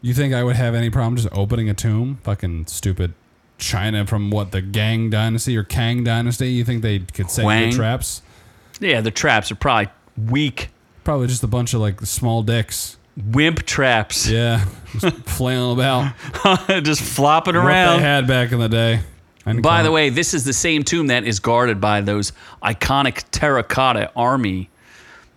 Speaker 1: You think I would have any problem just opening a tomb? Fucking stupid China from what, the Gang Dynasty or Kang Dynasty? You think they could set
Speaker 2: Huang?
Speaker 1: your traps?
Speaker 2: Yeah, the traps are probably weak
Speaker 1: Probably just a bunch of like small dicks.
Speaker 2: wimp traps,
Speaker 1: Yeah.
Speaker 2: [laughs]
Speaker 1: just flailing about.
Speaker 2: just flopping
Speaker 1: What they
Speaker 2: around.
Speaker 1: had back in the day. And
Speaker 2: By the way, this is the same tomb that is guarded by those iconic terracotta army.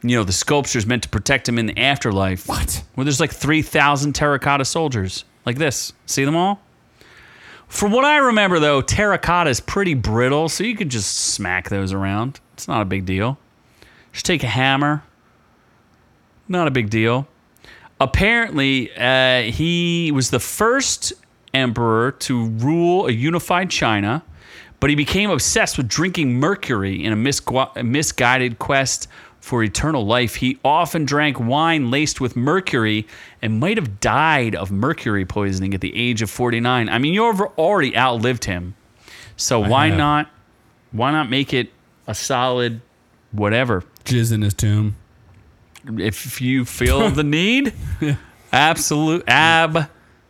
Speaker 2: You know, the sculptures meant to protect him in the afterlife.
Speaker 1: What?
Speaker 2: Where there's like 3,000 terracotta soldiers like this. See them all? From what I remember, though, terracotta is pretty brittle, so you could just smack those around. It's not a big deal. Just take a hammer. Not a big deal. Apparently, uh, he was the first emperor to rule a unified China, but he became obsessed with drinking mercury in a misgu- a misguided quest for eternal life. He often drank wine laced with mercury and might have died of mercury poisoning at the age of 49. I mean, you've already outlived him. So why
Speaker 1: have.
Speaker 2: not why not make it a solid whatever
Speaker 1: jizz in his tomb.
Speaker 2: if
Speaker 1: [laughs]
Speaker 2: you feel the need, absolute,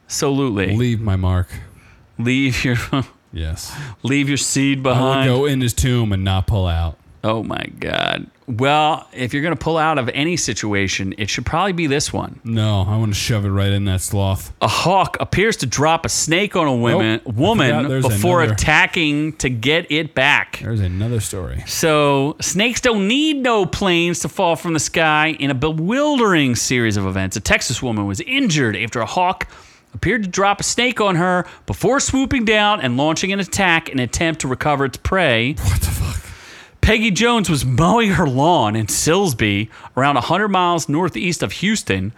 Speaker 2: absolutely
Speaker 1: Leave my mark.
Speaker 2: leave your [laughs]
Speaker 1: Yes.
Speaker 2: leave your seed
Speaker 1: I
Speaker 2: behind.
Speaker 1: would go in his tomb and not pull out.
Speaker 2: Oh my God! Well, if you're gonna pull out of any situation, it should probably be this one.
Speaker 1: No, I want to shove it right in that sloth.
Speaker 2: A hawk appears to drop a snake on a
Speaker 1: Nope.
Speaker 2: women,
Speaker 1: I forgot
Speaker 2: woman
Speaker 1: there's
Speaker 2: before
Speaker 1: another.
Speaker 2: attacking to get it back.
Speaker 1: There's another story.
Speaker 2: So, snakes don't need no planes to fall from the sky in a bewildering series of events. A Texas woman was injured after a hawk appeared to drop a snake on her before swooping down and launching an attack in an attempt to recover its prey.
Speaker 1: What the fuck?
Speaker 2: Peggy Jones was mowing her lawn in Silsby, around 100 miles northeast of Houston,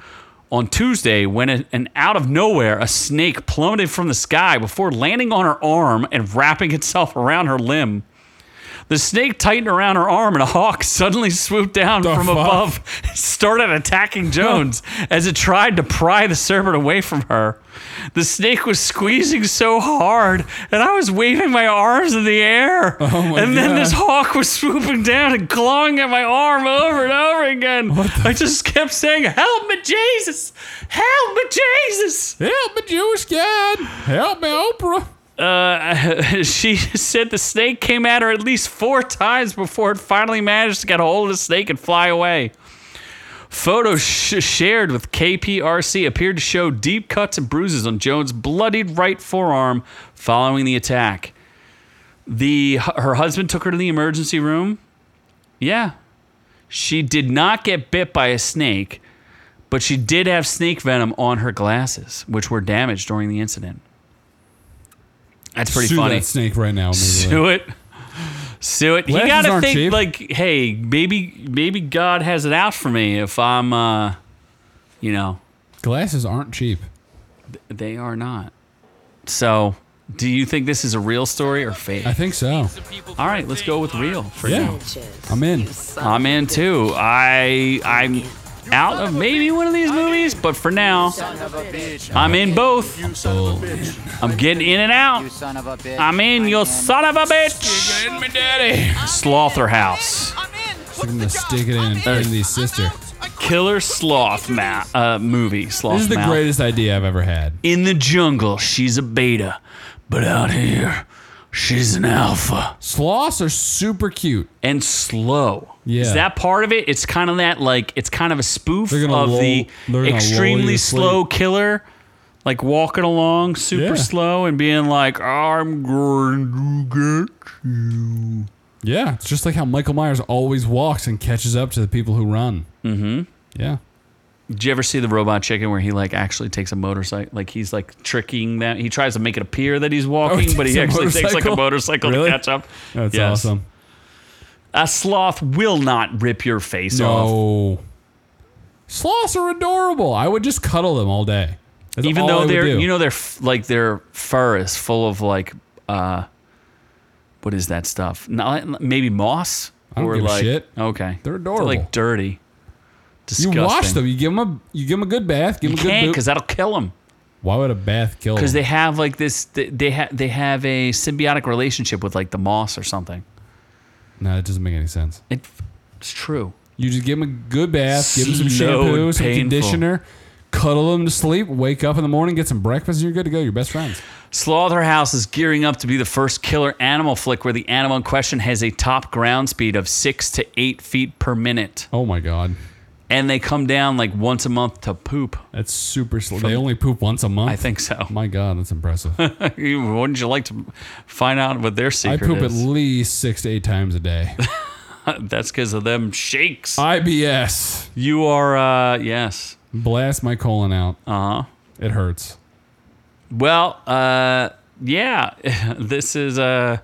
Speaker 2: on Tuesday when an, an out of nowhere a snake plummeted from the sky before landing on her arm and wrapping itself around her limb. The snake tightened around her arm, and a hawk suddenly swooped down
Speaker 1: The
Speaker 2: from
Speaker 1: fuck?
Speaker 2: above, and started
Speaker 1: [laughs]
Speaker 2: attacking Jones as it tried to pry the serpent away from her. The snake was squeezing so hard, and I was waving my arms in the air.
Speaker 1: Oh my
Speaker 2: and then this
Speaker 1: God.
Speaker 2: hawk was swooping down and clawing at my arm over and over again. I just kept saying, "Help me, Jesus! Help me, Jesus!"
Speaker 1: Help me, Jewish God. Help me, Oprah.
Speaker 2: Uh, [laughs] she said the snake came at her at least four times before it finally managed to get a hold of the snake and fly away. Photos sh- shared with KPRC appeared to show deep cuts and bruises on Jones' bloodied right forearm following the attack. The her husband took her to the emergency room. Yeah. She did not get bit by a snake, but she did have snake venom on her glasses, which were damaged during the incident. That's pretty
Speaker 1: Sue
Speaker 2: funny.
Speaker 1: that snake right now. Immediately.
Speaker 2: Sue it. Sue it. you
Speaker 1: Lessons
Speaker 2: gotta
Speaker 1: aren't
Speaker 2: think
Speaker 1: cheap.
Speaker 2: like, hey, maybe maybe God has it out for me if I'm uh you know,
Speaker 1: Glasses aren't cheap.
Speaker 2: they are not. So do you think this is a real story or fake?
Speaker 1: I think so.
Speaker 2: All right, let's go with real. For
Speaker 1: Yeah, I'm in.
Speaker 2: I'm in too. I I'm out of maybe one of these movies, but for now, I'm in both. I'm getting in and out.
Speaker 3: Son of a bitch.
Speaker 2: I'm in, you son of a bitch.
Speaker 1: In my daddy.
Speaker 2: Slaughterhouse.
Speaker 1: I'm gonna stick it in Kennedy's sister.
Speaker 2: killer sloth ma- uh, movie. Sloth
Speaker 1: This is the
Speaker 2: mouth.
Speaker 1: greatest idea I've ever had.
Speaker 2: In the jungle, she's a beta, but out here, she's an alpha
Speaker 1: Sloths are super cute.
Speaker 2: and slow.
Speaker 1: Yeah.
Speaker 2: Is that part of it? It's kind of that like it's kind of a spoof
Speaker 1: They're
Speaker 2: of
Speaker 1: gonna lull-
Speaker 2: the
Speaker 1: they're gonna lull you
Speaker 2: extremely
Speaker 1: to
Speaker 2: slow killer. Like walking along super
Speaker 1: Yeah.
Speaker 2: slow and being like, I'm going to get you.
Speaker 1: Yeah, it's just like how Michael Myers always walks and catches up to the people who run. Mm-hmm. Yeah.
Speaker 2: Did you ever see the robot chicken where he like actually takes a motorcycle? Like he's like tricking them. He tries to make it appear that he's walking, but
Speaker 1: Oh, takes
Speaker 2: he
Speaker 1: a
Speaker 2: actually takes like a
Speaker 1: motorcycle?
Speaker 2: motorcycle
Speaker 1: Really?
Speaker 2: to catch up.
Speaker 1: That's
Speaker 2: Yes.
Speaker 1: awesome.
Speaker 2: A sloth will not rip your face off.
Speaker 1: No. Sloths are adorable. I would just cuddle them all day. That's
Speaker 2: Even
Speaker 1: all I
Speaker 2: though
Speaker 1: would
Speaker 2: they're
Speaker 1: do.
Speaker 2: you know their f- like their fur is full of like uh what is that stuff? Not, maybe moss
Speaker 1: I don't give a
Speaker 2: like
Speaker 1: shit.
Speaker 2: okay.
Speaker 1: They're adorable.
Speaker 2: like dirty.
Speaker 1: you
Speaker 2: Disgusting.
Speaker 1: wash them. You give them a you give them a good bath. Give
Speaker 2: You
Speaker 1: them a
Speaker 2: can't
Speaker 1: good
Speaker 2: because
Speaker 1: boot.
Speaker 2: that'll kill them.
Speaker 1: Why would a bath kill?
Speaker 2: Because
Speaker 1: them?
Speaker 2: they have like this, they, they have they have a symbiotic relationship with like the moss or something.
Speaker 1: no, that doesn't make any sense.
Speaker 2: It, it's true.
Speaker 1: You just give them a good bath. Give them some
Speaker 2: Slow
Speaker 1: shampoo,
Speaker 2: and
Speaker 1: some
Speaker 2: painful.
Speaker 1: conditioner. Cuddle them to sleep. Wake up in the morning. Get some breakfast. and You're good to go. Your best friends.
Speaker 2: Slaughterhouse is gearing up to be the first killer animal flick where the animal in question has a top ground speed of six to eight feet per minute.
Speaker 1: Oh my god,
Speaker 2: And they come down like once a month to poop.
Speaker 1: that's super slow. They only poop once a month.
Speaker 2: I think so. [laughs]
Speaker 1: My god, that's impressive.
Speaker 2: Wouldn't you like to find out what their
Speaker 1: I
Speaker 2: secret
Speaker 1: poop at
Speaker 2: is?
Speaker 1: least six to eight times a day.
Speaker 2: [laughs] That's because of them shakes.
Speaker 1: IBS.
Speaker 2: you are, uh, yes.
Speaker 1: Blast my colon out.
Speaker 2: Uh huh.
Speaker 1: It hurts.
Speaker 2: Well, uh, yeah, [laughs] this is uh,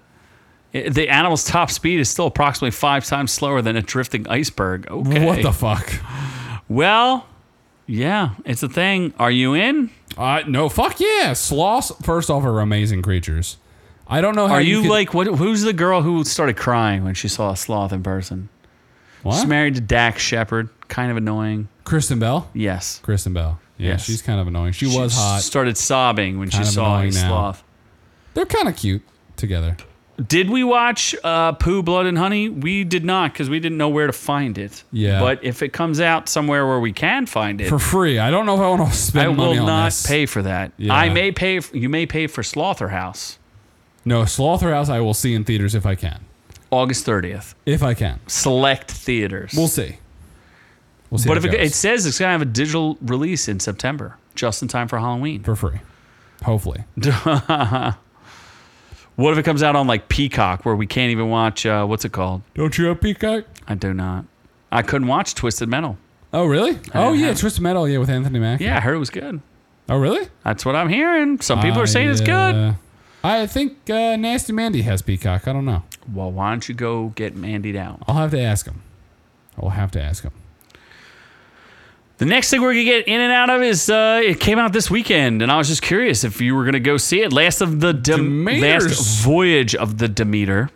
Speaker 2: the animal's top speed is still approximately five times slower than a drifting iceberg. Okay.
Speaker 1: What the fuck?
Speaker 2: Well, yeah, it's a thing. Are you in?
Speaker 1: Uh, no, fuck yeah. Sloths, first off, are amazing creatures. I don't know how
Speaker 2: Are you,
Speaker 1: could-
Speaker 2: like what? Who's the girl who started crying when she saw a sloth in person?
Speaker 1: what?
Speaker 2: She's married to Dax Shepard. Kind of annoying.
Speaker 1: Kristen Bell?
Speaker 2: Yes.
Speaker 1: Kristen Bell. Yeah,
Speaker 2: Yes.
Speaker 1: she's kind of annoying. She, was
Speaker 2: She
Speaker 1: hot.
Speaker 2: Started sobbing when
Speaker 1: Kind
Speaker 2: she
Speaker 1: of
Speaker 2: saw a
Speaker 1: annoying now.
Speaker 2: sloth.
Speaker 1: They're kind of cute together.
Speaker 2: Did we watch uh, Pooh, Blood, and Honey? We did not because we didn't know where to find it.
Speaker 1: Yeah.
Speaker 2: But if it comes out somewhere where we can find it,
Speaker 1: For free. I don't know if I want to [laughs] spend
Speaker 2: I will
Speaker 1: money on
Speaker 2: not
Speaker 1: this.
Speaker 2: pay for that.
Speaker 1: Yeah.
Speaker 2: I may pay. f you may pay for Slaughterhouse,
Speaker 1: No, Slaughterhouse I will see in theaters if I can.
Speaker 2: August thirtieth,
Speaker 1: If I can.
Speaker 2: select theaters.
Speaker 1: We'll see. We'll see.
Speaker 2: but if
Speaker 1: how
Speaker 2: it,
Speaker 1: goes.
Speaker 2: it says it's gonna have a digital release in September, just in time for Halloween.
Speaker 1: for free. Hopefully.
Speaker 2: What if it comes out on like Peacock, where we can't even watch? Uh, what's it called?
Speaker 1: Don't you have Peacock?
Speaker 2: I do not. I couldn't watch Twisted Metal.
Speaker 1: Oh, really? Oh, yeah.
Speaker 2: have-
Speaker 1: Twisted Metal, yeah, with Anthony Mackie.
Speaker 2: Yeah, I heard it was good.
Speaker 1: Oh, really?
Speaker 2: That's what I'm hearing. Some
Speaker 1: Ah,
Speaker 2: people are saying it's
Speaker 1: I,
Speaker 2: good.
Speaker 1: uh, I think uh, Nasty Mandy has Peacock. I don't know.
Speaker 2: Well, why don't you go get Mandy down?
Speaker 1: I'll have to ask him. I'll have to ask him.
Speaker 2: The next thing we're gonna get in and out of is uh, it came out this weekend, and I was just curious if you were gonna go see it. Last of the Dem-
Speaker 1: Demeters.
Speaker 2: last voyage of the Demeter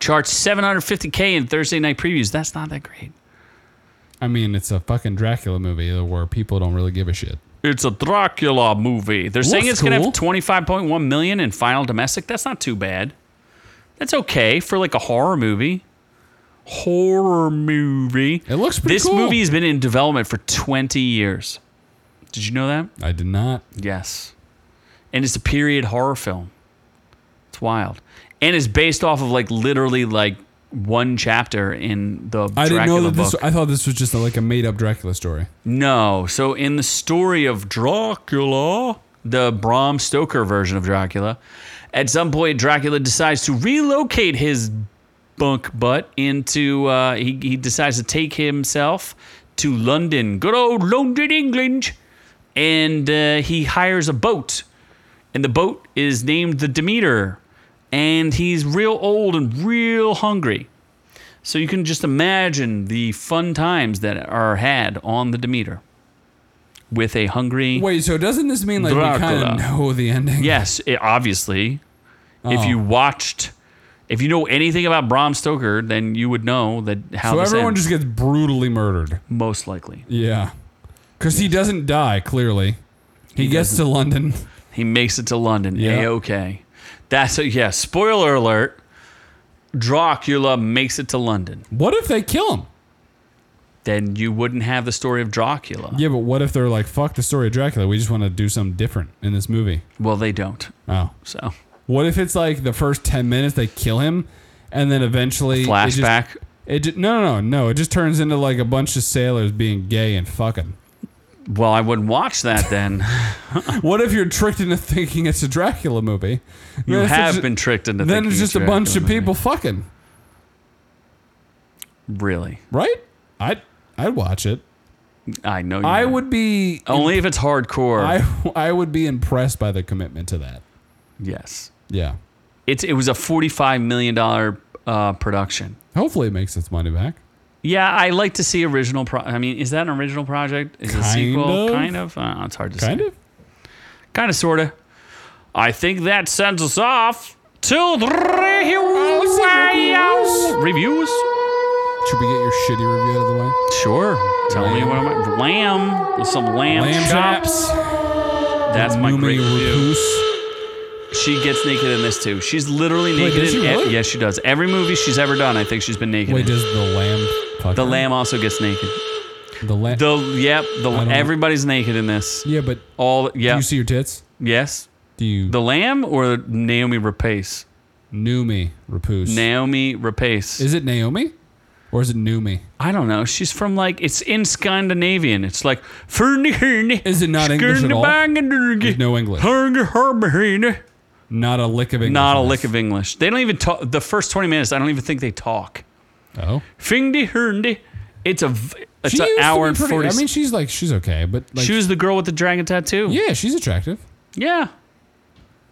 Speaker 2: charts 750k in Thursday night previews. That's not that great.
Speaker 1: I mean, it's a fucking Dracula movie where people don't really give a shit.
Speaker 2: It's a Dracula movie. They're saying
Speaker 1: Looks
Speaker 2: it's gonna
Speaker 1: cool.
Speaker 2: have 25.1 million in final domestic. That's not too bad. That's okay for like a horror movie. Horror movie.
Speaker 1: It looks pretty
Speaker 2: This
Speaker 1: cool.
Speaker 2: movie has been in development for 20 years. Did you know that?
Speaker 1: I did not.
Speaker 2: Yes. And it's a period horror film. It's wild. And it's based off of like literally like one chapter in the
Speaker 1: I
Speaker 2: Dracula
Speaker 1: didn't know that
Speaker 2: book.
Speaker 1: this. I thought this was just a, like a made up Dracula story.
Speaker 2: No. So in the story of Dracula, the Bram Stoker version of Dracula, at some point Dracula decides to relocate his bunk butt into. Uh, he he decides to take himself to London, good old London, England, and uh, he hires a boat, and the boat is named the Demeter, and he's real old and real hungry. So you can just imagine the fun times that are had on the Demeter with a hungry.
Speaker 1: Wait, so doesn't this mean like we
Speaker 2: Dracula.
Speaker 1: kind of know the ending?
Speaker 2: Yes, it, obviously. If
Speaker 1: Oh.
Speaker 2: you watched, if you know anything about Bram Stoker, then you would know that how
Speaker 1: So
Speaker 2: this
Speaker 1: everyone
Speaker 2: ends,
Speaker 1: just gets brutally murdered.
Speaker 2: most likely.
Speaker 1: Yeah. Because he doesn't die. Clearly, he, gets to London.
Speaker 2: He makes it to London.
Speaker 1: Yeah.
Speaker 2: A okay. That's a yeah. Spoiler alert. Dracula makes it to London.
Speaker 1: What if they kill him?
Speaker 2: Then you wouldn't have the story of Dracula.
Speaker 1: Yeah, but what if they're like, fuck the story of Dracula? We just want to do something different in this movie.
Speaker 2: Well, they don't.
Speaker 1: Oh.
Speaker 2: So
Speaker 1: What if it's like the first 10 minutes they kill him and then eventually. It
Speaker 2: flashback.
Speaker 1: just, it ju- no, no, no, no. It just turns into like a bunch of sailors being gay and fucking.
Speaker 2: well, I wouldn't watch
Speaker 1: [laughs]
Speaker 2: that then.
Speaker 1: What if you're tricked into [laughs] thinking it's a Dracula movie?
Speaker 2: You
Speaker 1: Then it's
Speaker 2: have
Speaker 1: just-
Speaker 2: been tricked into
Speaker 1: Then
Speaker 2: thinking
Speaker 1: it's just a
Speaker 2: Dracula
Speaker 1: bunch of
Speaker 2: movie.
Speaker 1: people fucking,
Speaker 2: Really,
Speaker 1: right? I'd, I'd watch it.
Speaker 2: I know. You
Speaker 1: I would be.
Speaker 2: only if it's hardcore.
Speaker 1: I, [laughs] I would be impressed by the commitment to that.
Speaker 2: yes,
Speaker 1: Yeah.
Speaker 2: it's it was a forty-five million dollar uh, production.
Speaker 1: Hopefully it makes its money back.
Speaker 2: Yeah, I like to see original. Pro- I mean, is that an original project? Is it a
Speaker 1: Kind
Speaker 2: sequel?
Speaker 1: of.
Speaker 2: Kind of. Uh, it's hard to say.
Speaker 1: Kind of.
Speaker 2: Kind of. Sort of. I think that sends us off to the reviews. Reviews.
Speaker 1: Should we get your shitty review out of the way?
Speaker 2: Sure. Tell me what I'm. Lamb with some lamb,
Speaker 1: Lamb
Speaker 2: chops.
Speaker 1: chops.
Speaker 2: That's my
Speaker 1: Moomy
Speaker 2: great review.
Speaker 1: Rapuse.
Speaker 2: She gets naked in this too. She's literally naked.
Speaker 1: does
Speaker 2: in
Speaker 1: she
Speaker 2: e-
Speaker 1: really?
Speaker 2: yes, she does. Every movie she's ever done, I think she's been naked.
Speaker 1: Wait,
Speaker 2: in.
Speaker 1: does the lamb fuck
Speaker 2: The
Speaker 1: her?
Speaker 2: lamb also gets naked.
Speaker 1: The lamb.
Speaker 2: The yep. The
Speaker 1: don't-
Speaker 2: everybody's naked in this.
Speaker 1: yeah, but
Speaker 2: All
Speaker 1: do
Speaker 2: yeah.
Speaker 1: you see your tits?
Speaker 2: yes.
Speaker 1: Do you
Speaker 2: The lamb or Naomi Rapace.
Speaker 1: Noomi Rapoose?
Speaker 2: Naomi Rapace.
Speaker 1: is it Naomi? Or is it Noomi?
Speaker 2: I don't know. She's from like it's in Scandinavian. It's like Is
Speaker 1: Is it not English at all? There's no English. Not a lick of English.
Speaker 2: Not a
Speaker 1: in
Speaker 2: lick
Speaker 1: this.
Speaker 2: of English. They don't even talk. The first twenty minutes, I don't even think they talk.
Speaker 1: Oh,
Speaker 2: Findy Herndy. It's a. v- It's
Speaker 1: She
Speaker 2: an
Speaker 1: used to
Speaker 2: hour
Speaker 1: be
Speaker 2: and
Speaker 1: pretty-
Speaker 2: forty.
Speaker 1: I mean, she's like she's okay, but like
Speaker 2: she was the girl with the dragon tattoo.
Speaker 1: yeah, she's attractive.
Speaker 2: Yeah.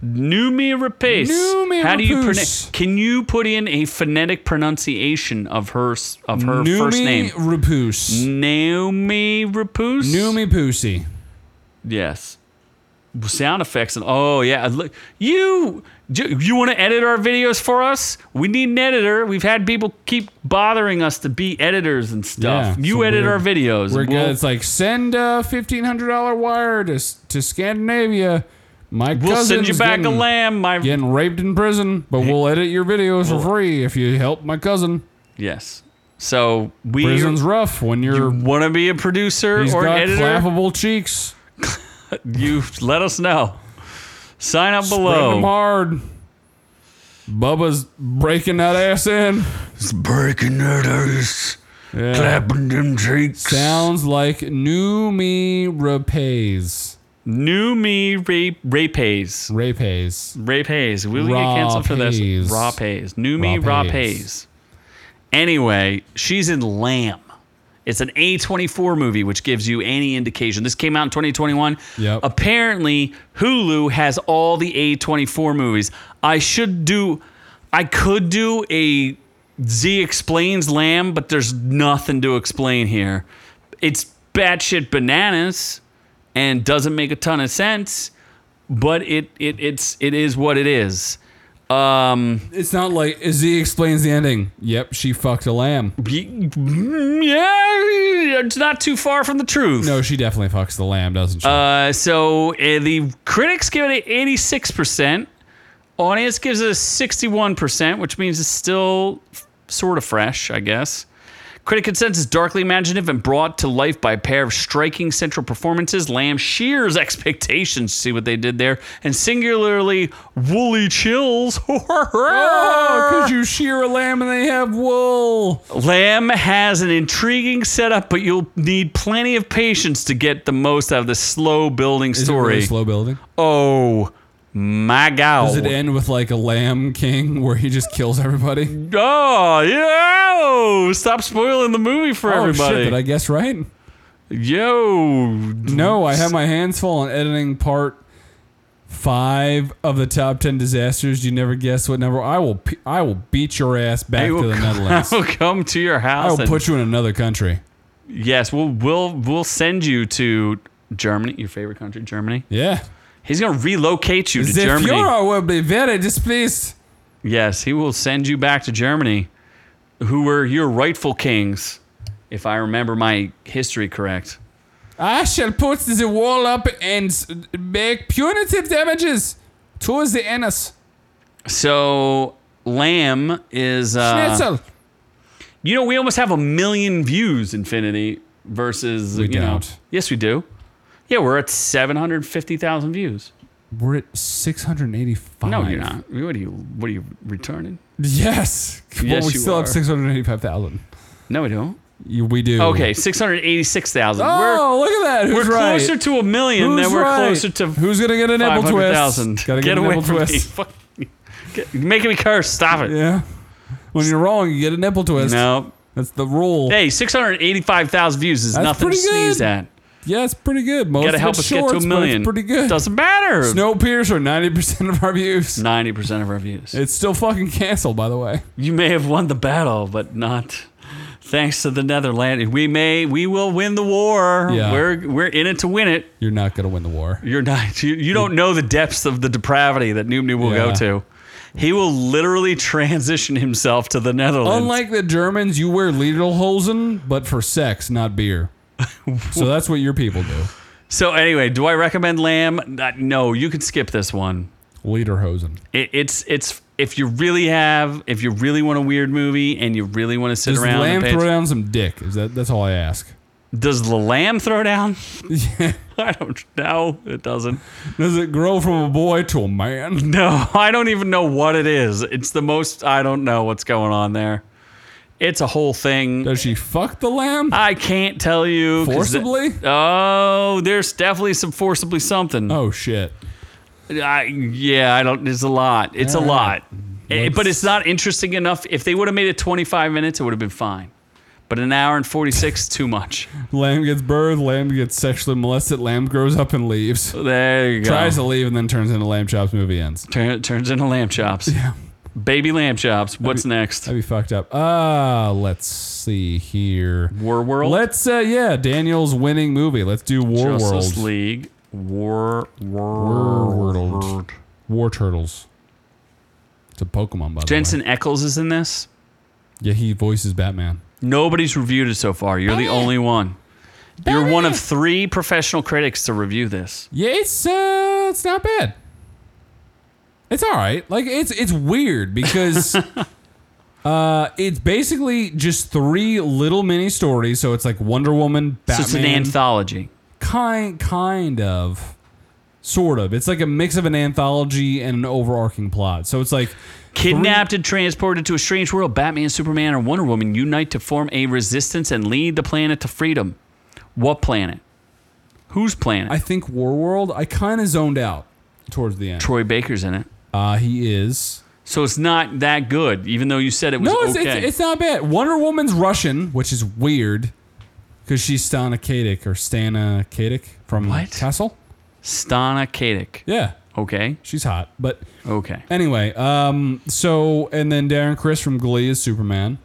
Speaker 2: Numi rapace.
Speaker 1: Numi
Speaker 2: How do you pronounce?
Speaker 1: rapace.
Speaker 2: Can you put in a phonetic pronunciation of her s- of her
Speaker 1: Noomi
Speaker 2: first name?
Speaker 1: Rapoose.
Speaker 2: Naomi Rapoose.
Speaker 1: Noomi Poosey.
Speaker 2: Yes. Sound effects and oh yeah, look you. do- You want to edit our videos for us? We need an editor. We've had people keep bothering us to be editors and stuff.
Speaker 1: Yeah,
Speaker 2: you
Speaker 1: so
Speaker 2: edit
Speaker 1: we're-
Speaker 2: our videos.
Speaker 1: We're
Speaker 2: We'll-
Speaker 1: good. It's like send a fifteen hundred dollar wire to to Scandinavia. My
Speaker 2: We'll send you
Speaker 1: cousin's
Speaker 2: back a
Speaker 1: getting-
Speaker 2: lamb, my
Speaker 1: getting raped in prison, but we'll edit your videos for free if you help my cousin.
Speaker 2: yes. So we
Speaker 1: Prison's rough when you're
Speaker 2: want to be a producer
Speaker 1: he's
Speaker 2: or
Speaker 1: got
Speaker 2: editor?
Speaker 1: flappable cheeks.
Speaker 2: you let us know. Sign up
Speaker 1: Break 'em
Speaker 2: below.
Speaker 1: hard. Bubba's breaking that ass in.
Speaker 2: breaking that ass,
Speaker 1: Yeah.
Speaker 2: clapping them cheeks.
Speaker 1: Sounds like new me repays.
Speaker 2: New me rape rapays.
Speaker 1: Rapays.
Speaker 2: Rapays. We'll get
Speaker 1: Raw
Speaker 2: canceled for this.
Speaker 1: pays.
Speaker 2: Raw pays. New me
Speaker 1: Raw
Speaker 2: raw
Speaker 1: pays.
Speaker 2: pays. Anyway, she's in Lamb. It's an A24 movie, which gives you any indication. This came out in 2021.
Speaker 1: Yep.
Speaker 2: Apparently, Hulu has all the A24 movies. I should do, I could do a Z explains Lamb, but there's nothing to explain here. It's batshit bananas and doesn't make a ton of sense, but it, it it's it is what it is. Um,
Speaker 1: It's not like Z explains the ending. Yep, she fucked a lamb.
Speaker 2: Ye- mm, Yeah, it's not too far from the truth.
Speaker 1: No, Oh, she definitely fucks the lamb, doesn't she?
Speaker 2: Uh, so uh, the critics give it an 86%. Audience gives it a 61%, which means it's still f- sort of fresh, I guess. Critic consensus is darkly imaginative and brought to life by a pair of striking central performances. Lamb shears [laughs] expectations, see what they did there, and singularly woolly chills. [laughs]
Speaker 1: oh, could you shear a lamb and they have wool?
Speaker 2: Lamb has an intriguing setup, but you'll need plenty of patience to get the most out of the slow building
Speaker 1: Is it really
Speaker 2: story.
Speaker 1: slow building.
Speaker 2: Oh my
Speaker 1: Does
Speaker 2: god.
Speaker 1: it end with like a lamb king [laughs] where he just kills everybody?
Speaker 2: oh, yo! Stop spoiling the movie [laughs] for
Speaker 1: Oh shit!
Speaker 2: everybody.
Speaker 1: Did I guess right?
Speaker 2: yo.
Speaker 1: No, I have my hands full on editing part five of the top ten disasters. You never guess what number. I will. pe- I will beat your ass back
Speaker 2: I
Speaker 1: to
Speaker 2: will, [laughs]
Speaker 1: the
Speaker 2: come, I
Speaker 1: Netherlands.
Speaker 2: will come to your
Speaker 1: I
Speaker 2: house.
Speaker 1: will
Speaker 2: and-
Speaker 1: put you in another country.
Speaker 2: yes, we'll we'll we'll send you to Germany, your favorite country, Germany.
Speaker 1: Yeah.
Speaker 2: He's gonna relocate you to
Speaker 1: The
Speaker 2: Germany.
Speaker 1: Führer will be very displeased.
Speaker 2: Yes, he will send you back to Germany, who were your rightful kings, if I remember my history correct.
Speaker 1: I shall put the wall up and s- make punitive damages to the anus.
Speaker 2: So Lamb is. Uh,
Speaker 1: Schnitzel.
Speaker 2: You know, we almost have a million views, Infinity, versus. you
Speaker 1: don't.
Speaker 2: Know, yes, we do. Yeah, we're at 750,000 views.
Speaker 1: We're at 685.
Speaker 2: No, you're not. What are you, what are you returning?
Speaker 1: Yes.
Speaker 2: Yes,
Speaker 1: well, we
Speaker 2: you
Speaker 1: still
Speaker 2: are.
Speaker 1: have 685,000.
Speaker 2: No, we don't.
Speaker 1: You- We do.
Speaker 2: Okay, 686,000.
Speaker 1: Oh, look at that. Who's
Speaker 2: we're we're
Speaker 1: right?
Speaker 2: closer to a million
Speaker 1: Who's
Speaker 2: than we're
Speaker 1: right?
Speaker 2: closer to
Speaker 1: Who's going to get a nipple twist?
Speaker 2: 500,000.
Speaker 1: Gotta
Speaker 2: Get
Speaker 1: a
Speaker 2: away
Speaker 1: nipple
Speaker 2: from me.
Speaker 1: twist.
Speaker 2: [laughs] Fuck. Get, you're making me curse. Stop it.
Speaker 1: Yeah. When you're wrong, you get a nipple twist.
Speaker 2: No.
Speaker 1: That's the rule.
Speaker 2: Hey, 685,000 views is
Speaker 1: That's
Speaker 2: nothing to
Speaker 1: pretty
Speaker 2: sneeze
Speaker 1: good.
Speaker 2: at.
Speaker 1: Yeah, it's pretty good. Most
Speaker 2: Gotta
Speaker 1: of
Speaker 2: help
Speaker 1: it's
Speaker 2: us get to a
Speaker 1: shorts, but it's
Speaker 2: million.
Speaker 1: pretty good.
Speaker 2: Doesn't matter.
Speaker 1: Snowpiercer, 90% of our views.
Speaker 2: 90% of our views.
Speaker 1: It's still fucking canceled, by the way.
Speaker 2: You may have won the battle, but not thanks to the Netherlands. We may, we will win the war.
Speaker 1: Yeah.
Speaker 2: We're we're in it to win it.
Speaker 1: You're not going to win the war.
Speaker 2: You're not. [laughs] You, you don't know the depths of the depravity that Noob Noob will go
Speaker 1: Yeah.
Speaker 2: to. He will literally transition himself to the Netherlands.
Speaker 1: Unlike the Germans, you wear lederhosen, but for sex, not [laughs] beer. so that's what your people do.
Speaker 2: so anyway, do I recommend Lamb? Not- No, you can skip this one.
Speaker 1: Lederhosen.
Speaker 2: It, it's it's if you really have if you really want a weird movie and you really want to sit
Speaker 1: Does
Speaker 2: around.
Speaker 1: lamb
Speaker 2: and pay
Speaker 1: throw down some dick? Is that that's all I ask?
Speaker 2: Does the lamb throw
Speaker 1: [laughs]
Speaker 2: down? [laughs] I don't know. It doesn't.
Speaker 1: Does it grow from a boy to a man?
Speaker 2: No, [laughs] I don't even know what it is. It's the most. I don't know what's going on there. It's a whole thing.
Speaker 1: Does she fuck the lamb?
Speaker 2: I can't tell you 'cause the-
Speaker 1: Forcibly?
Speaker 2: oh, there's definitely some forcibly something.
Speaker 1: Oh shit.
Speaker 2: I, yeah, I don't. It's a lot. It's a
Speaker 1: All right.
Speaker 2: lot. Eh, but it's not interesting enough. If they would have made it 25 minutes, it would have been fine. But an hour
Speaker 1: [laughs]
Speaker 2: and 46, too much.
Speaker 1: Lamb gets birth, lamb gets sexually molested, lamb grows up and [laughs] leaves.
Speaker 2: There you go.
Speaker 1: Tries to leave and then turns into lamb chops movie ends.
Speaker 2: Turn, turns into lamb chops. Yeah. Baby lamb chops. What's next?
Speaker 1: That'd be fucked up. Ah, let's see here.
Speaker 2: War World.
Speaker 1: Let's uh yeah, Daniel's winning movie. Let's do War World.
Speaker 2: Justice League. War
Speaker 1: War
Speaker 2: World.
Speaker 1: World. War Turtles. It's a Pokemon by the
Speaker 2: Jensen Eccles is in this.
Speaker 1: way. Yeah, he voices Batman.
Speaker 2: Nobody's reviewed it so far. You're the only one. You're one of three professional critics to review this.
Speaker 1: Yeah, it's uh, it's not bad. It's all right. Like it's it's weird
Speaker 2: [laughs]
Speaker 1: because uh, it's basically just three little mini stories. So it's like Wonder Woman,
Speaker 2: So
Speaker 1: Batman,
Speaker 2: it's an anthology.
Speaker 1: kind kind of, sort of. It's like a mix of an anthology and an overarching plot. So it's like
Speaker 2: Kidnapped and transported to a strange world, Batman, Superman, and Wonder Woman unite to form a resistance and lead the planet to freedom. What planet? Whose planet?
Speaker 1: I think War World. I kind of zoned out towards the end.
Speaker 2: Troy Baker's in it.
Speaker 1: Uh, he is.
Speaker 2: So it's not that good, even though you said it was
Speaker 1: No, it's,
Speaker 2: okay.
Speaker 1: it's, it's not bad. Wonder Woman's Russian, which is weird. because she's Stana Katic or Stana Katic from
Speaker 2: What?
Speaker 1: Castle.
Speaker 2: Stana Katic.
Speaker 1: Yeah,
Speaker 2: Okay.
Speaker 1: she's hot. But
Speaker 2: Okay.
Speaker 1: anyway, um, so and then Darren Chris from Glee is Superman.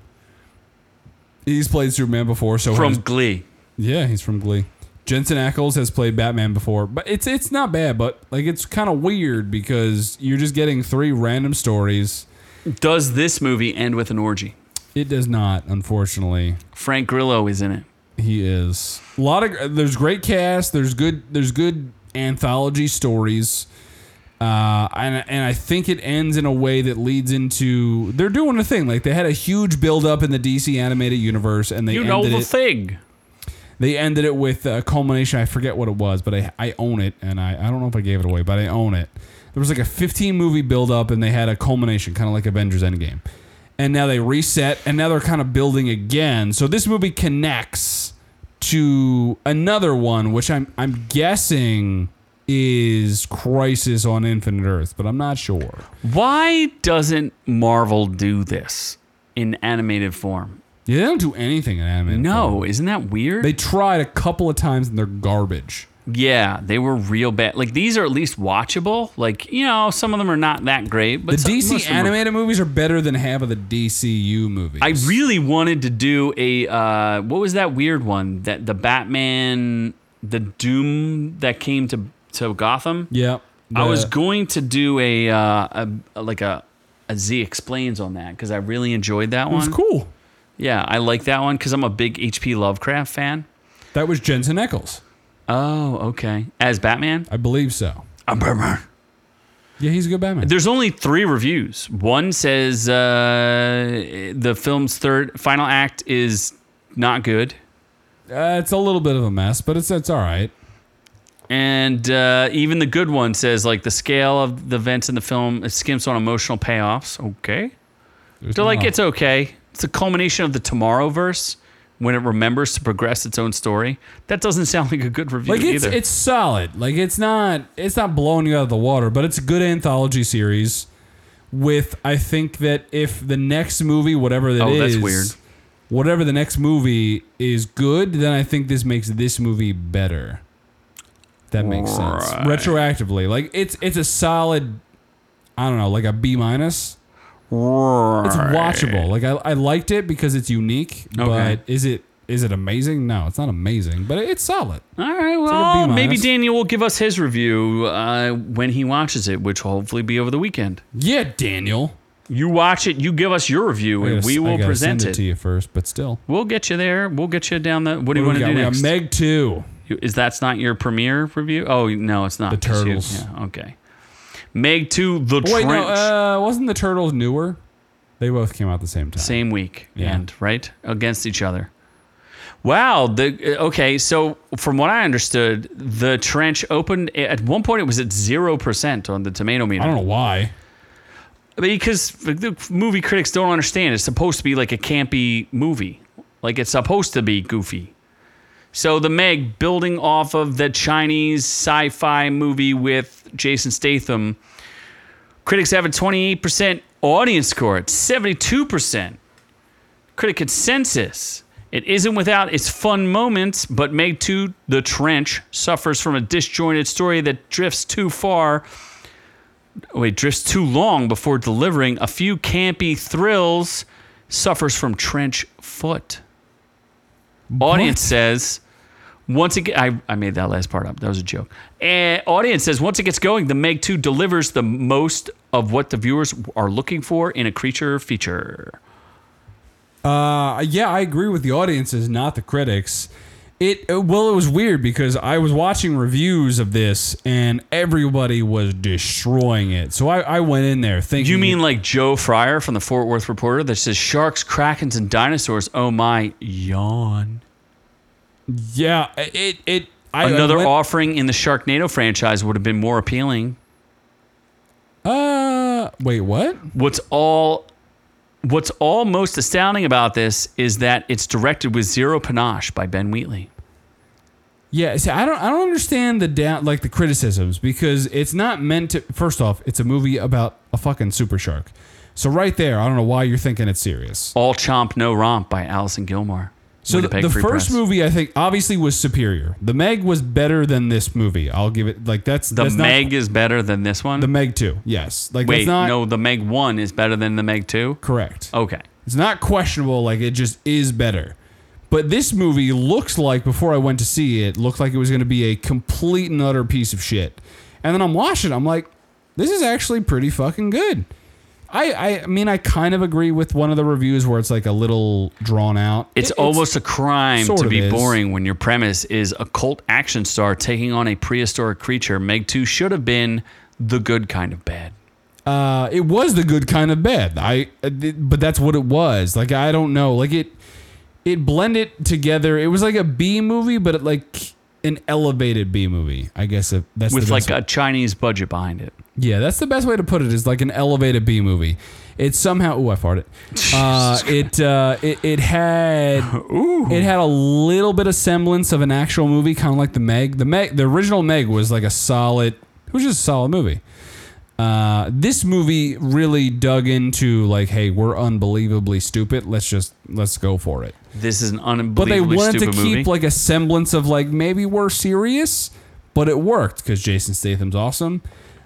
Speaker 1: He's played Superman before, so
Speaker 2: From
Speaker 1: has-
Speaker 2: Glee.
Speaker 1: yeah, he's from Glee. Jensen Ackles has played Batman before, but it's it's not bad, but like it's kind of weird because you're just getting three random stories.
Speaker 2: Does this movie end with an orgy?
Speaker 1: It does not, unfortunately.
Speaker 2: Frank Grillo is in it.
Speaker 1: He is a lot of. There's great cast. There's good. There's good anthology stories. Uh, and and I think it ends in a way that leads into they're doing a thing like they had a huge build up in the DC animated universe and they
Speaker 2: You
Speaker 1: ended
Speaker 2: know the
Speaker 1: it,
Speaker 2: thing.
Speaker 1: they ended it with a culmination I forget what it was but I, I own it and I, I don't know if I gave it away but I own it there was like a 15 movie build up and they had a culmination kind of like Avengers Endgame and now they reset and now they're kind of building again so this movie connects to another one which I'm I'm guessing is Crisis on Infinite Earth but I'm not sure
Speaker 2: Why doesn't Marvel do this in animated form?
Speaker 1: yeah, they don't do anything in anime
Speaker 2: No, isn't that weird?
Speaker 1: Oh. they tried a couple of times and they're garbage
Speaker 2: yeah, they were real bad. Like these are at least watchable. Like you know, some of them are not that great. But
Speaker 1: The
Speaker 2: some- most
Speaker 1: DC
Speaker 2: of them are-
Speaker 1: animated movies are better than half of the DCU movies.
Speaker 2: I really wanted to do a uh, what was that weird one that the Batman, the Doom that came to to Gotham.
Speaker 1: yeah.
Speaker 2: I was
Speaker 1: the-
Speaker 2: going to do a, uh, a, a like a, a Z explains on that because I really enjoyed that
Speaker 1: It was
Speaker 2: one.
Speaker 1: cool.
Speaker 2: Yeah, I like that one because I'm a big H.P. Lovecraft fan.
Speaker 1: That was Jensen Eccles,
Speaker 2: Oh, okay. As Batman,
Speaker 1: I believe so.
Speaker 2: I'm Batman.
Speaker 1: Yeah, he's a good Batman.
Speaker 2: There's only three reviews. One says uh, the film's third final act is not good.
Speaker 1: Uh, it's a little bit of a mess, but it's it's all right.
Speaker 2: And uh, even the good one says, like, the scale of the events in the film skimps on emotional payoffs. Okay.
Speaker 1: There's
Speaker 2: They're
Speaker 1: not
Speaker 2: like,
Speaker 1: a-
Speaker 2: it's okay. It's the culmination of the Tomorrowverse when it remembers to progress its own story. That doesn't sound like a good review
Speaker 1: like it's
Speaker 2: either.
Speaker 1: it's solid. Like it's not it's not blowing you out of the water, but it's a good anthology series. With I think that if the next movie, whatever that is,
Speaker 2: Oh, that's weird.
Speaker 1: Whatever the next movie is good, then I think this makes this movie better. If That makes sense.
Speaker 2: Right.
Speaker 1: Retroactively, like it's it's a solid. I don't know, like a B minus. It's watchable. Like I, I liked it because it's unique.
Speaker 2: Okay.
Speaker 1: But is it is it amazing? No, it's not amazing, but it's solid.
Speaker 2: All right,
Speaker 1: like a
Speaker 2: well,
Speaker 1: B
Speaker 2: maybe
Speaker 1: minus.
Speaker 2: Daniel will give us his review uh, when he watches it, which will hopefully be over the weekend.
Speaker 1: Yeah, Daniel.
Speaker 2: You watch it, you give us your review,
Speaker 1: I
Speaker 2: and
Speaker 1: gotta-
Speaker 2: we
Speaker 1: I
Speaker 2: will
Speaker 1: gotta
Speaker 2: present
Speaker 1: send
Speaker 2: it.
Speaker 1: to you first, but still.
Speaker 2: We'll get you there. We'll get you down the. What do you
Speaker 1: We
Speaker 2: want to
Speaker 1: got,
Speaker 2: do
Speaker 1: we got
Speaker 2: next?
Speaker 1: Meg 2.
Speaker 2: You- Is that's not your premiere review? Oh no, it's not.
Speaker 1: The
Speaker 2: 'cause you-
Speaker 1: Turtles.
Speaker 2: yeah, okay. Meg to the
Speaker 1: Wait,
Speaker 2: trench.
Speaker 1: no, uh, wasn't the Turtles newer? They both came out at the same time.
Speaker 2: Same week
Speaker 1: Yeah.
Speaker 2: and right against each other. Wow. The uh, okay. So from what I understood, the trench opened at one point. It was at zero percent on the tomato meter.
Speaker 1: I don't know why.
Speaker 2: because the movie critics don't understand it's supposed to be like a campy movie like it's supposed to be goofy so the meg building off of the chinese sci-fi movie with jason statham critics have a 28% audience score it's 72% critic consensus it isn't without its fun moments but meg 2 the trench suffers from a disjointed story that drifts too far wait, drifts too long before delivering a few campy thrills, suffers from trench foot. Audience says, once it get, I, I made that last part up. That was a joke. And audience says, once it gets going, the Meg 2 delivers the most of what the viewers are looking for in a creature feature.
Speaker 1: Uh, yeah, I agree with the audiences, not the critics. It uh, well, it was weird because I was watching reviews of this and everybody was destroying it. So I, I went in there thinking.
Speaker 2: You mean like Joe Fryer from the Fort Worth Reporter that says, sharks, krakens, and dinosaurs, oh my, yawn.
Speaker 1: yeah? It it. I, I
Speaker 2: Another
Speaker 1: went-
Speaker 2: offering in the Sharknado franchise would have been more appealing.
Speaker 1: Uh, wait, what?
Speaker 2: what's all what's all most astounding about this is that it's directed with zero panache by Ben Wheatley.
Speaker 1: Yeah, see, I don't, I don't understand the down, like the criticisms because it's not meant to. First off, it's a movie about a fucking super shark, so right there, I don't know why you're thinking it's serious.
Speaker 2: All chomp no romp by Allison Gilmore.
Speaker 1: So the,
Speaker 2: Winnipeg
Speaker 1: the
Speaker 2: Free
Speaker 1: first
Speaker 2: Press.
Speaker 1: movie I think obviously was superior. The Meg was better than this movie. I'll give it like that's
Speaker 2: The
Speaker 1: that's not-
Speaker 2: Meg is better than this one.
Speaker 1: the Meg two. Yes, like
Speaker 2: Wait,
Speaker 1: that's not
Speaker 2: no, the Meg one is better than the Meg two.
Speaker 1: correct.
Speaker 2: Okay,
Speaker 1: It's not questionable. Like it just is better. But this movie looks like before I went to see it looked like it was going to be a complete and utter piece of shit. And then I'm watching. it, I'm like, this is actually pretty fucking good. I I mean I kind of agree with one of the reviews where it's like a little drawn out.
Speaker 2: it's
Speaker 1: It-
Speaker 2: almost a crime
Speaker 1: sort
Speaker 2: to
Speaker 1: of
Speaker 2: be
Speaker 1: is.
Speaker 2: boring when your premise is a cult action star taking on a prehistoric creature. Meg two should have been the good kind of bad.
Speaker 1: uh, it was the good kind of bed. I, uh, th- but that's what it was. Like I don't know. Like it, it blended together. It was like a B movie, but it like an elevated B movie. I guess if that's
Speaker 2: with
Speaker 1: the
Speaker 2: like
Speaker 1: best
Speaker 2: a Chinese budget behind it.
Speaker 1: yeah, that's the best way to put it. Is like an elevated B movie. It somehow. Ooh, I farted. Uh, it, uh, it it had it had a little bit of semblance of an actual movie, kind of like the Meg. The Meg, the original Meg was like a solid. It was just a solid movie. Uh, this movie really dug into like, hey, we're unbelievably stupid. Let's just let's go for it.
Speaker 2: This is an
Speaker 1: But they
Speaker 2: unbelievably
Speaker 1: wanted to
Speaker 2: stupid
Speaker 1: keep
Speaker 2: movie.
Speaker 1: like a semblance of like maybe we're serious, but it worked because Jason Statham's awesome.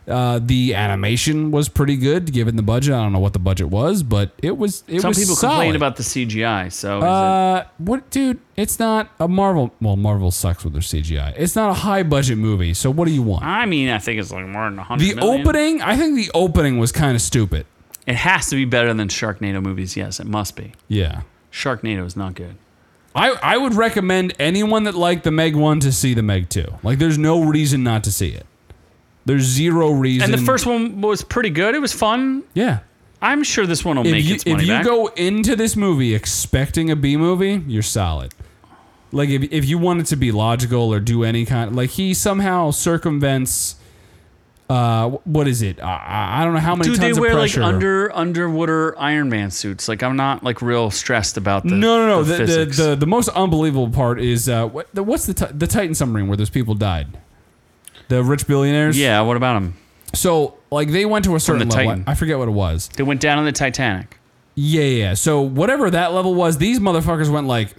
Speaker 1: Uh, the animation was pretty good given the budget. I don't know what the budget was, but it was it
Speaker 2: Some
Speaker 1: was
Speaker 2: people
Speaker 1: solid.
Speaker 2: complain about the CGI. So is it-
Speaker 1: Uh, what, dude? It's not a Marvel. Well, Marvel sucks with their CGI. It's not a high budget movie. So what do you want?
Speaker 2: I mean, I think it's like more than a hundred.
Speaker 1: The
Speaker 2: million.
Speaker 1: opening, I think the opening was kind of stupid.
Speaker 2: It has to be better than Sharknado movies. Yes, it must be.
Speaker 1: Yeah,
Speaker 2: Sharknado is not good.
Speaker 1: I I would recommend anyone that liked the Meg one to see the Meg two. Like, there's no reason not to see it. There's zero reason.
Speaker 2: And the first one was pretty good. It was fun.
Speaker 1: yeah.
Speaker 2: I'm sure this one will
Speaker 1: If
Speaker 2: make
Speaker 1: you,
Speaker 2: its
Speaker 1: if
Speaker 2: money
Speaker 1: you
Speaker 2: back.
Speaker 1: go into this movie expecting a B movie, you're solid. Like if, if you want it to be logical or do any kind, like he somehow circumvents. Uh, wh- what is it? I- I, I don't know how many
Speaker 2: Dude, they
Speaker 1: tons
Speaker 2: wear
Speaker 1: of
Speaker 2: like
Speaker 1: pressure.
Speaker 2: under underwater Iron Man suits. Like I'm not like real stressed about the
Speaker 1: no, no, no.
Speaker 2: The,
Speaker 1: The the,
Speaker 2: physics.
Speaker 1: the, the most unbelievable part is uh, what, the, what's the ti- the Titan submarine where those people died? The rich billionaires.
Speaker 2: yeah. What about them?
Speaker 1: So like they went to a certain
Speaker 2: the
Speaker 1: level.
Speaker 2: Titan.
Speaker 1: I forget what it was.
Speaker 2: They went down on the Titanic.
Speaker 1: Yeah, yeah. yeah. So whatever that level was, these motherfuckers went like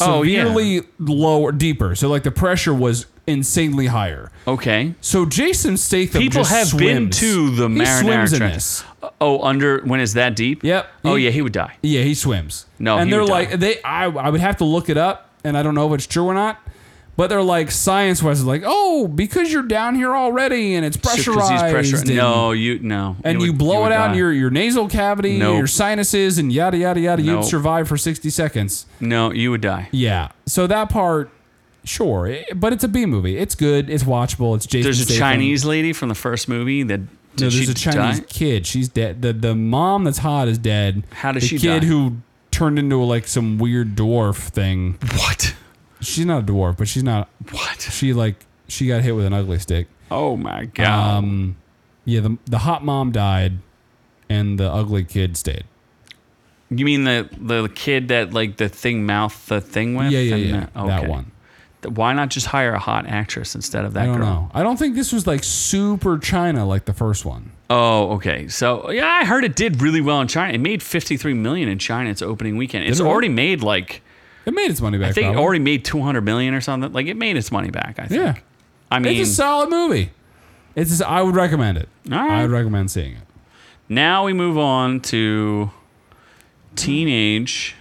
Speaker 2: Oh, yeah.
Speaker 1: severely lower, deeper. So like the pressure was insanely higher.
Speaker 2: Okay.
Speaker 1: So Jason Statham
Speaker 2: People
Speaker 1: just
Speaker 2: have been
Speaker 1: swims.
Speaker 2: to the
Speaker 1: he
Speaker 2: Marinara
Speaker 1: swims in
Speaker 2: Trench.
Speaker 1: this.
Speaker 2: Oh, under when is that deep?
Speaker 1: Yep.
Speaker 2: Oh
Speaker 1: He-
Speaker 2: yeah, he would die.
Speaker 1: Yeah, he swims.
Speaker 2: No,
Speaker 1: and
Speaker 2: he
Speaker 1: they're
Speaker 2: would
Speaker 1: like
Speaker 2: die.
Speaker 1: they. I I would have to look it up, and I don't know if it's true or not. But they're like science wise, like oh, because you're down here already, and it's
Speaker 2: So-
Speaker 1: pressurized.
Speaker 2: 'cause he's pressure-
Speaker 1: and-
Speaker 2: No, you no.
Speaker 1: and
Speaker 2: would-
Speaker 1: you blow it
Speaker 2: would
Speaker 1: out in
Speaker 2: die.
Speaker 1: your, your nasal cavity,
Speaker 2: Nope.
Speaker 1: your sinuses, and yada yada yada.
Speaker 2: Nope.
Speaker 1: You'd survive for sixty seconds.
Speaker 2: No, you would die.
Speaker 1: Yeah. So that part, sure, it- but it's a B movie. It's good. It's watchable. It's Jason.
Speaker 2: There's a
Speaker 1: Statham.
Speaker 2: Chinese lady from the first movie that did
Speaker 1: No,
Speaker 2: she
Speaker 1: there's a Chinese
Speaker 2: die?
Speaker 1: kid. She's dead. The the mom that's hot is dead.
Speaker 2: How did
Speaker 1: the
Speaker 2: she
Speaker 1: kid
Speaker 2: die?
Speaker 1: who turned into like some weird dwarf thing.
Speaker 2: What?
Speaker 1: She's not a dwarf, but she's not.
Speaker 2: What?
Speaker 1: She like she got hit with an ugly stick.
Speaker 2: Oh my god.
Speaker 1: Um, yeah. The the hot mom died, and the ugly kid stayed.
Speaker 2: you mean the the kid that like the thing mouth the thing with?
Speaker 1: Yeah, yeah,
Speaker 2: And
Speaker 1: yeah.
Speaker 2: the- okay.
Speaker 1: That one.
Speaker 2: Th- Why not just hire a hot actress instead of that
Speaker 1: I don't
Speaker 2: girl?
Speaker 1: know. I don't think this was like super China like the first one.
Speaker 2: Oh, okay. So yeah, I heard it did really well in China. It made 53 million in China its opening weekend. It's
Speaker 1: it really?
Speaker 2: already made like
Speaker 1: It made its money back.
Speaker 2: I think it
Speaker 1: probably.
Speaker 2: already made 200 million or something. Like it made its money back. I think.
Speaker 1: Yeah.
Speaker 2: I mean,
Speaker 1: It's a solid movie. It's just, I would recommend it.
Speaker 2: All right.
Speaker 1: I would recommend seeing it.
Speaker 2: now we move on to teenage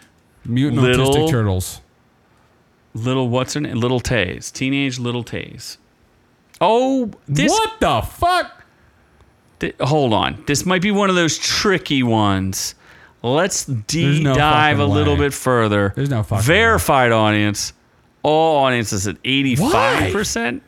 Speaker 1: Mutant
Speaker 2: Little-
Speaker 1: Autistic Turtles.
Speaker 2: little what's her name? Little Tays. Teenage Little Tays. Oh, this.
Speaker 1: what the fuck?
Speaker 2: thi- hold on. This might be one of those tricky ones. Let's deep
Speaker 1: no
Speaker 2: dive a
Speaker 1: fucking
Speaker 2: little
Speaker 1: way.
Speaker 2: bit further.
Speaker 1: There's no fucking
Speaker 2: verified audience. All audiences at 85%.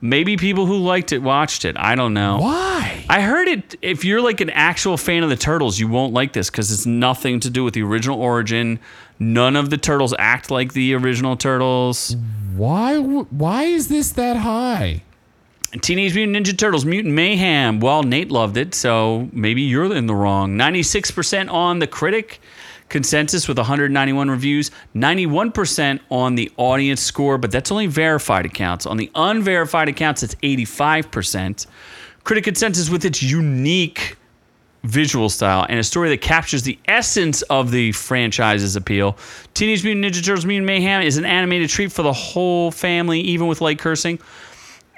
Speaker 2: Maybe people who liked it watched it. I don't know.
Speaker 1: Why?
Speaker 2: I heard it. If you're like an actual fan of the Turtles, you won't like this because it's nothing to do with the original origin. None of the Turtles act like the original Turtles.
Speaker 1: Why? w- Why is this that high?
Speaker 2: Teenage Mutant Ninja Turtles Mutant Mayhem. Well, Nate loved it, so maybe you're in the wrong. 96% on the critic consensus with 191 reviews, 91% on the audience score, but that's only verified accounts. On the unverified accounts, it's 85%. Critic consensus with its unique visual style and a story that captures the essence of the franchise's appeal. Teenage Mutant Ninja Turtles: Mutant Mayhem is an animated treat for the whole family, even with light cursing.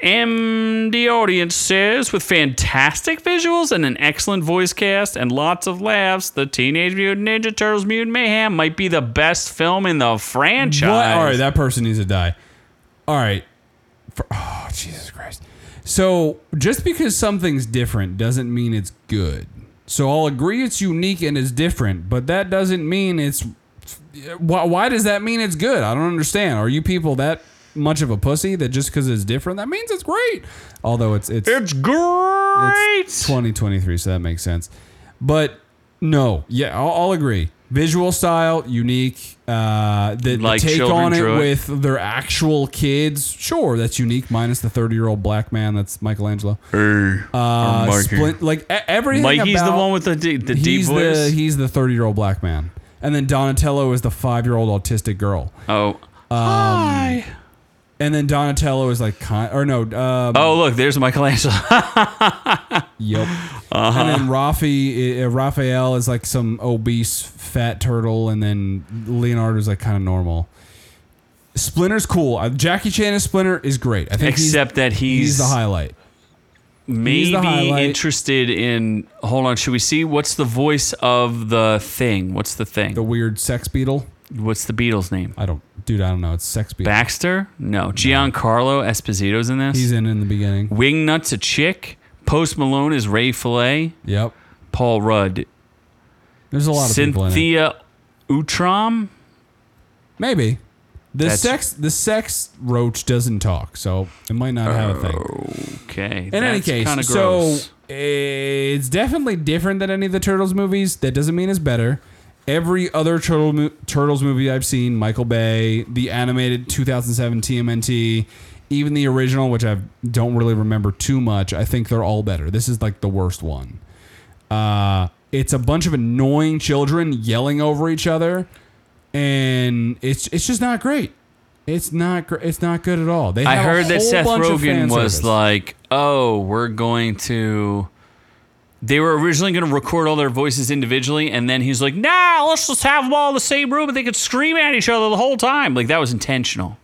Speaker 2: And the audience says, with fantastic visuals and an excellent voice cast and lots of laughs, the Teenage Mutant Ninja Turtles: Mutant Mayhem might be the best film in the franchise.
Speaker 1: What? All right, that person needs to die. All right. For, oh, Jesus Christ. So just because something's different doesn't mean it's good. So I'll agree it's unique and it's different, but that doesn't mean it's. Why, why does that mean it's good? I don't understand. Are you people that much of a pussy that just because it's different that means it's great? Although it's it's
Speaker 2: it's great.
Speaker 1: it's 2023, so that makes sense. But no, yeah, I'll, I'll agree. Visual style, unique. Uh, the, the
Speaker 2: Like
Speaker 1: take
Speaker 2: children
Speaker 1: on it
Speaker 2: drew it.
Speaker 1: with their actual kids, sure, that's unique. Minus the 30 year old black man, that's Michelangelo. Uh, Splin- like e- everything.
Speaker 2: Like he's the
Speaker 1: about-
Speaker 2: one with the d- the deep
Speaker 1: he's the
Speaker 2: voice.
Speaker 1: he's the 30 year old black man, and then Donatello is the five year old autistic girl,
Speaker 2: oh.
Speaker 1: um,
Speaker 2: Hi.
Speaker 1: and then Donatello is like kind or no, um,
Speaker 2: Oh, look, there's Michelangelo.
Speaker 1: Yep.
Speaker 2: Uh-huh.
Speaker 1: And then Rafi, uh, Raphael is like some obese fat turtle, and then Leonardo's like kind of normal. Splinter's cool. Uh, Jackie Chan as Splinter is great. I think [laughs] he's-
Speaker 2: Except that
Speaker 1: he's,
Speaker 2: he's,
Speaker 1: the highlight.
Speaker 2: maybe
Speaker 1: the highlight.
Speaker 2: interested in. Hold on, should we see what's the voice of the thing? What's the thing?
Speaker 1: The weird sex beetle.
Speaker 2: what's the Beatles' name?
Speaker 1: I don't, dude. I don't know. It's sex beetle.
Speaker 2: Baxter? No, Giancarlo Esposito's in this.
Speaker 1: He's in in the beginning.
Speaker 2: Wingnut's a chick. Post Malone is Ray Fillet.
Speaker 1: Yep.
Speaker 2: Paul Rudd.
Speaker 1: There's a lot of people in it.
Speaker 2: Cynthia Utram.
Speaker 1: Maybe. The
Speaker 2: That's-
Speaker 1: sex the sex roach doesn't talk, so it might not have a thing.
Speaker 2: Okay.
Speaker 1: In any
Speaker 2: that's kinda
Speaker 1: case, so
Speaker 2: gross.
Speaker 1: it's definitely different than any of the Turtles movies. That doesn't mean it's better. Every other Turtle mo- Turtles movie I've seen, Michael Bay, the animated 2007 TMNT, even the original, which I don't really remember too much, I think they're all better. This is like the worst one. Uh, it's a bunch of annoying children yelling over each other, and it's it's just not great. It's not gr- it's not good at all. They
Speaker 2: I
Speaker 1: have a
Speaker 2: heard that
Speaker 1: whole
Speaker 2: Seth
Speaker 1: bunch of fan
Speaker 2: Rogen was
Speaker 1: service.
Speaker 2: like, "Oh, we're going to." They were originally going to record all their voices individually, and then he's like, "Nah, let's just have them all in the same room, and they could scream at each other the whole time." Like that was intentional.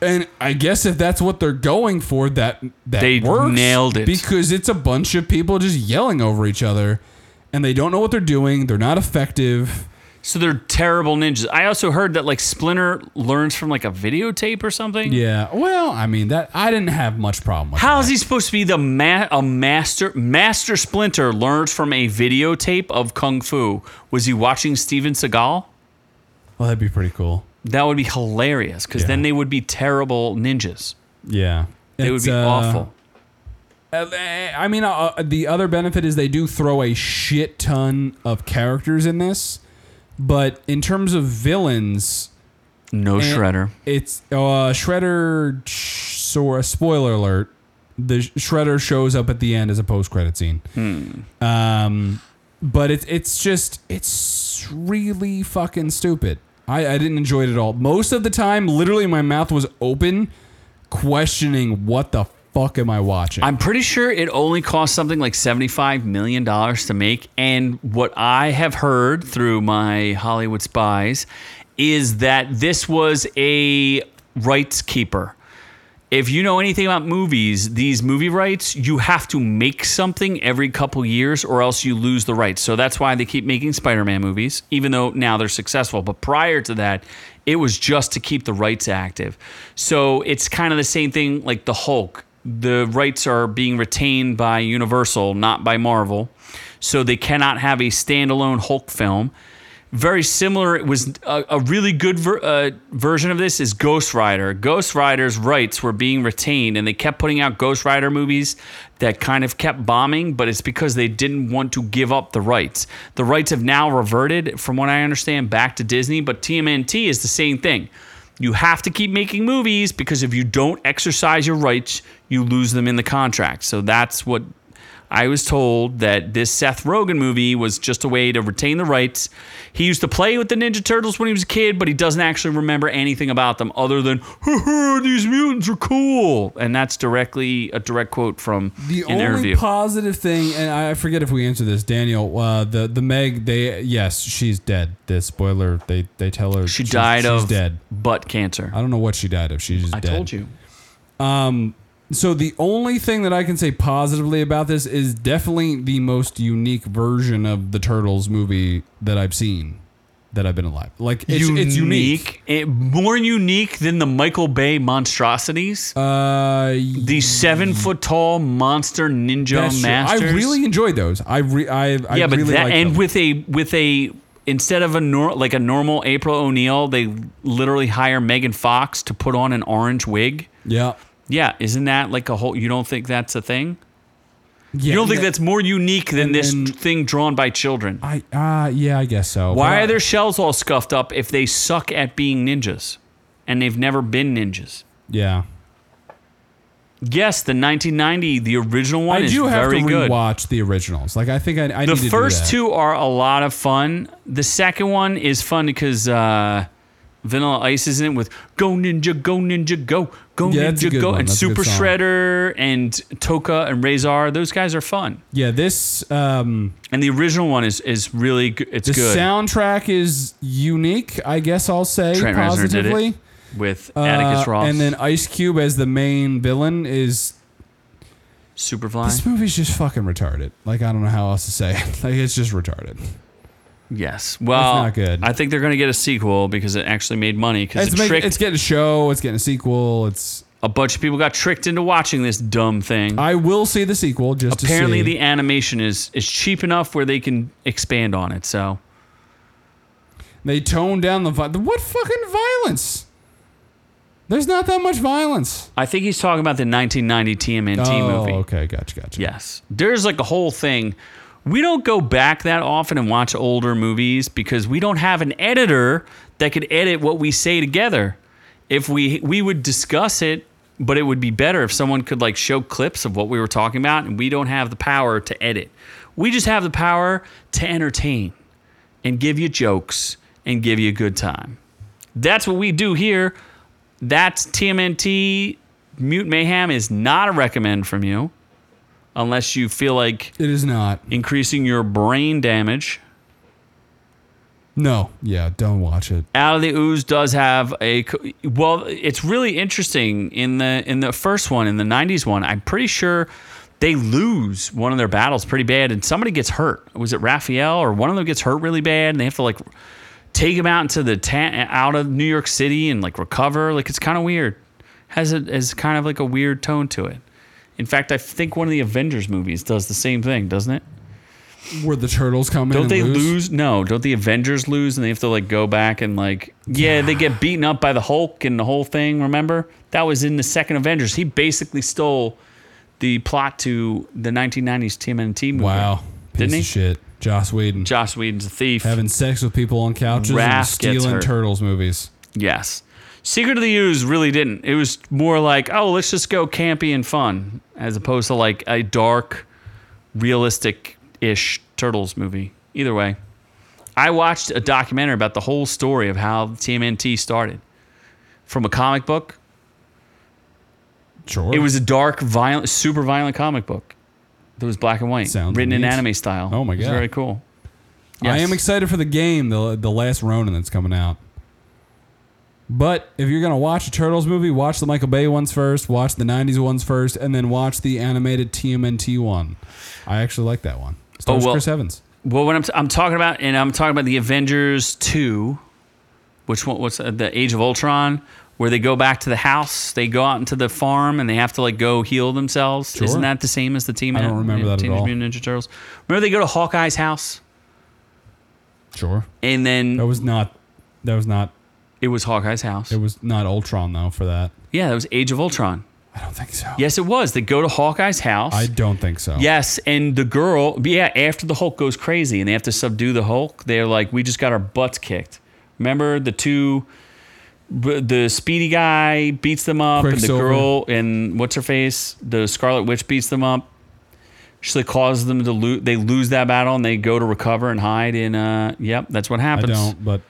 Speaker 1: And I guess if that's what they're going for, that that
Speaker 2: They
Speaker 1: works
Speaker 2: nailed it.
Speaker 1: because it's a bunch of people just yelling over each other, and they don't know what they're doing. They're not effective.
Speaker 2: So they're terrible ninjas. I also heard that like Splinter learns from like a videotape or something.
Speaker 1: Yeah. Well, I mean that I didn't have much problem with.
Speaker 2: How is he supposed to be the ma- a master? Master Splinter learns from a videotape of kung fu. Was he watching Steven Seagal?
Speaker 1: Well, that'd be pretty cool.
Speaker 2: That would be hilarious because then
Speaker 1: Yeah.
Speaker 2: they would be terrible ninjas.
Speaker 1: Yeah. uh,
Speaker 2: They would be awful.
Speaker 1: I mean, uh, the other benefit is they do throw a shit ton of characters in this, but in terms of villains,
Speaker 2: No
Speaker 1: And
Speaker 2: shredder.
Speaker 1: It's uh, Shredder. So, spoiler alert: the Sh- Shredder shows up at the end as a post-credit scene. Um, but it's it's just it's really fucking stupid. I, I didn't enjoy it at all. Most of the time, literally, my mouth was open, questioning what the fuck am I watching.
Speaker 2: I'm pretty sure it only cost something like $75 million to make. And what I have heard through my Hollywood spies is that this was a rights keeper. If you know anything about movies, these movie rights, you have to make something every couple years or else you lose the rights. So that's why they keep making Spider Man movies, even though now they're successful. But prior to that, it was just to keep the rights active. So it's kind of the same thing like the Hulk. The rights are being retained by Universal, not by Marvel. So they cannot have a standalone Hulk film very similar. It was a, a really good ver- uh, version of this is Ghost Rider. Ghost Rider's rights were being retained, and they kept putting out Ghost Rider movies that kind of kept bombing. But it's because they didn't want to give up the rights. The rights have now reverted, from what I understand, back to Disney. But TMNT is the same thing. You have to keep making movies because if you don't exercise your rights, you lose them in the contract. So that's what I was told that this Seth Rogen movie was just a way to retain the rights. He used to play with the Ninja Turtles when he was a kid, but he doesn't actually remember anything about them other than "Ha, ha, these mutants are cool. And that's directly a direct quote from
Speaker 1: The
Speaker 2: an
Speaker 1: only
Speaker 2: interview.
Speaker 1: positive thing, and I forget if we answered this, Daniel. Uh, the the Meg, they yes, she's dead. The spoiler, they they tell her
Speaker 2: she
Speaker 1: she's-
Speaker 2: died
Speaker 1: she's
Speaker 2: of
Speaker 1: dead.
Speaker 2: butt cancer.
Speaker 1: I don't know what she died of. She's just
Speaker 2: I
Speaker 1: dead.
Speaker 2: told you.
Speaker 1: So the only thing that I can say positively about this is definitely the most unique version of the Turtles movie that I've seen that I've been alive. Like it's unique. It's unique.
Speaker 2: It- Eh, more unique than the Michael Bay monstrosities.
Speaker 1: Uh,
Speaker 2: the seven foot tall monster ninja
Speaker 1: that's true. I
Speaker 2: masters.
Speaker 1: really enjoyed those. I re- I, I
Speaker 2: yeah, but
Speaker 1: really
Speaker 2: that
Speaker 1: liked
Speaker 2: and
Speaker 1: them.
Speaker 2: with a with a instead of a nor- like a normal April O'Neil, they literally hire Megan Fox to put on an orange wig.
Speaker 1: yeah.
Speaker 2: Yeah, isn't that like a whole? You don't think that's a thing?
Speaker 1: yeah,
Speaker 2: You don't think
Speaker 1: yeah.
Speaker 2: that's more unique than
Speaker 1: and-
Speaker 2: this
Speaker 1: and-
Speaker 2: thing drawn by children?
Speaker 1: I uh yeah, I guess so.
Speaker 2: Why
Speaker 1: But
Speaker 2: are
Speaker 1: I-
Speaker 2: their shells all scuffed up if they suck at being ninjas, and they've never been ninjas?
Speaker 1: Yeah.
Speaker 2: Yes, the 1990, the original one
Speaker 1: I
Speaker 2: is
Speaker 1: do have to
Speaker 2: very good.
Speaker 1: rewatch the originals. Like I think I, I
Speaker 2: The
Speaker 1: need to do
Speaker 2: first
Speaker 1: that.
Speaker 2: two are a lot of fun. The second one is fun because uh, Vanilla Ice is in it with Go Ninja, Go Ninja, Go, Go
Speaker 1: Yeah, that's a
Speaker 2: Ninja,
Speaker 1: good
Speaker 2: Go,
Speaker 1: one.
Speaker 2: and
Speaker 1: That's a good
Speaker 2: Super
Speaker 1: song.
Speaker 2: Shredder and Toka and Razor. Those guys are fun.
Speaker 1: Yeah, this um
Speaker 2: And the original one is is really good. It's
Speaker 1: the
Speaker 2: good
Speaker 1: soundtrack is unique, I guess I'll say
Speaker 2: Trent Reznor did it.
Speaker 1: positively.
Speaker 2: with
Speaker 1: Uh,
Speaker 2: Atticus Ross
Speaker 1: And then Ice Cube as the main villain is
Speaker 2: Superfly.
Speaker 1: this movie's just fucking retarded. Like I don't know how else to say it. [laughs] Like it's just retarded.
Speaker 2: Yes. Well,
Speaker 1: not good.
Speaker 2: I think they're going to get a sequel because it actually made money because
Speaker 1: It's
Speaker 2: it
Speaker 1: make,
Speaker 2: tricked
Speaker 1: it's getting a show, it's getting a sequel, it's
Speaker 2: a bunch of people got tricked into watching this dumb thing.
Speaker 1: I will see the sequel just
Speaker 2: apparently
Speaker 1: to see.
Speaker 2: the animation is is cheap enough where they can expand on it so
Speaker 1: They tone down the vi- what fucking violence? There's not that much violence.
Speaker 2: i think he's talking about the 1990 tmnt
Speaker 1: oh,
Speaker 2: movie
Speaker 1: okay, gotcha, gotcha.
Speaker 2: yes there's like a whole thing we don't go back that often and watch older movies because we don't have an editor that could edit what we say together if we we would discuss it but it would be better if someone could like show clips of what we were talking about and we don't have the power to edit we just have the power to entertain and give you jokes and give you a good time. That's what we do here. That's TMNT. Mute Mayhem is not a recommend from you unless you feel like
Speaker 1: It is not.
Speaker 2: increasing your brain damage.
Speaker 1: No. Yeah, don't watch it.
Speaker 2: Out of the Ooze does have a co- well. It's really interesting in the in the first one in the '90s one. I'm pretty sure they lose one of their battles pretty bad, and somebody gets hurt. Was it Raphael or one of them gets hurt really bad, and they have to like take him out into the ta- out of New York City and like recover. Like it's kind of weird. Has a has kind of like a weird tone to it. In fact, I think one of the Avengers movies does the same thing, doesn't it?
Speaker 1: Where the turtles come in
Speaker 2: Don't
Speaker 1: and
Speaker 2: they
Speaker 1: lose?
Speaker 2: lose? No, don't the Avengers lose and they have to like go back and like yeah,
Speaker 1: [sighs]
Speaker 2: they get beaten up by the Hulk and the whole thing, remember? That was in the second Avengers. He basically stole the plot to the 1990s TMNT movie.
Speaker 1: Wow. Piece
Speaker 2: Didn't
Speaker 1: of
Speaker 2: he?
Speaker 1: shit. Joss Whedon.
Speaker 2: Joss Whedon's a thief.
Speaker 1: having sex with people on couches and
Speaker 2: Raph gets
Speaker 1: stealing
Speaker 2: hurt.
Speaker 1: turtles movies.
Speaker 2: Yes. Secret of the Ooze really didn't. It was more like, oh, let's just go campy and fun as opposed to like a dark, realistic ish Turtles movie. Either way, I watched a documentary about the whole story of how TMNT started from a comic book.
Speaker 1: Sure.
Speaker 2: It was a dark, violent, super violent comic book that was black and white,
Speaker 1: Sounds
Speaker 2: written in
Speaker 1: neat.
Speaker 2: anime style.
Speaker 1: Oh my
Speaker 2: It was
Speaker 1: God.
Speaker 2: very cool.
Speaker 1: I
Speaker 2: Yes.
Speaker 1: am excited for the game, the the last Ronin that's coming out. But if you're gonna watch a Turtles movie, watch the Michael Bay ones first, watch the '90s ones first, and then watch the animated TMNT one. I actually like that one. Stars
Speaker 2: Oh, well-
Speaker 1: Chris Evans.
Speaker 2: Well, what I'm, t- I'm talking about, and I'm talking about the Avengers 2, which one, what's uh, the Age of Ultron, where they go back to the house, they go out into the farm, and they have to like go heal themselves.
Speaker 1: Sure.
Speaker 2: Isn't that the same as the team?
Speaker 1: I don't remember that at
Speaker 2: Teenage
Speaker 1: all.
Speaker 2: Mutant Ninja Turtles. Remember they go to Hawkeye's house,
Speaker 1: Sure.
Speaker 2: and then
Speaker 1: That was not. That was not.
Speaker 2: it was Hawkeye's house.
Speaker 1: It was not Ultron though. For that,
Speaker 2: yeah, that was Age of Ultron.
Speaker 1: I don't think so.
Speaker 2: Yes, it was. They go to Hawkeye's house.
Speaker 1: I don't think so.
Speaker 2: Yes, and the girl, yeah, after the Hulk goes crazy and they have to subdue the Hulk, they're like, we just got our butts kicked. Remember the two, b- the Speedy guy beats them up, and the
Speaker 1: Quicksilver.
Speaker 2: girl, and what's her face? The Scarlet Witch beats them up. actually causes them to lose. They lose that battle and they go to recover and hide in. Uh, yep, that's what
Speaker 1: I
Speaker 2: happens.
Speaker 1: don't, but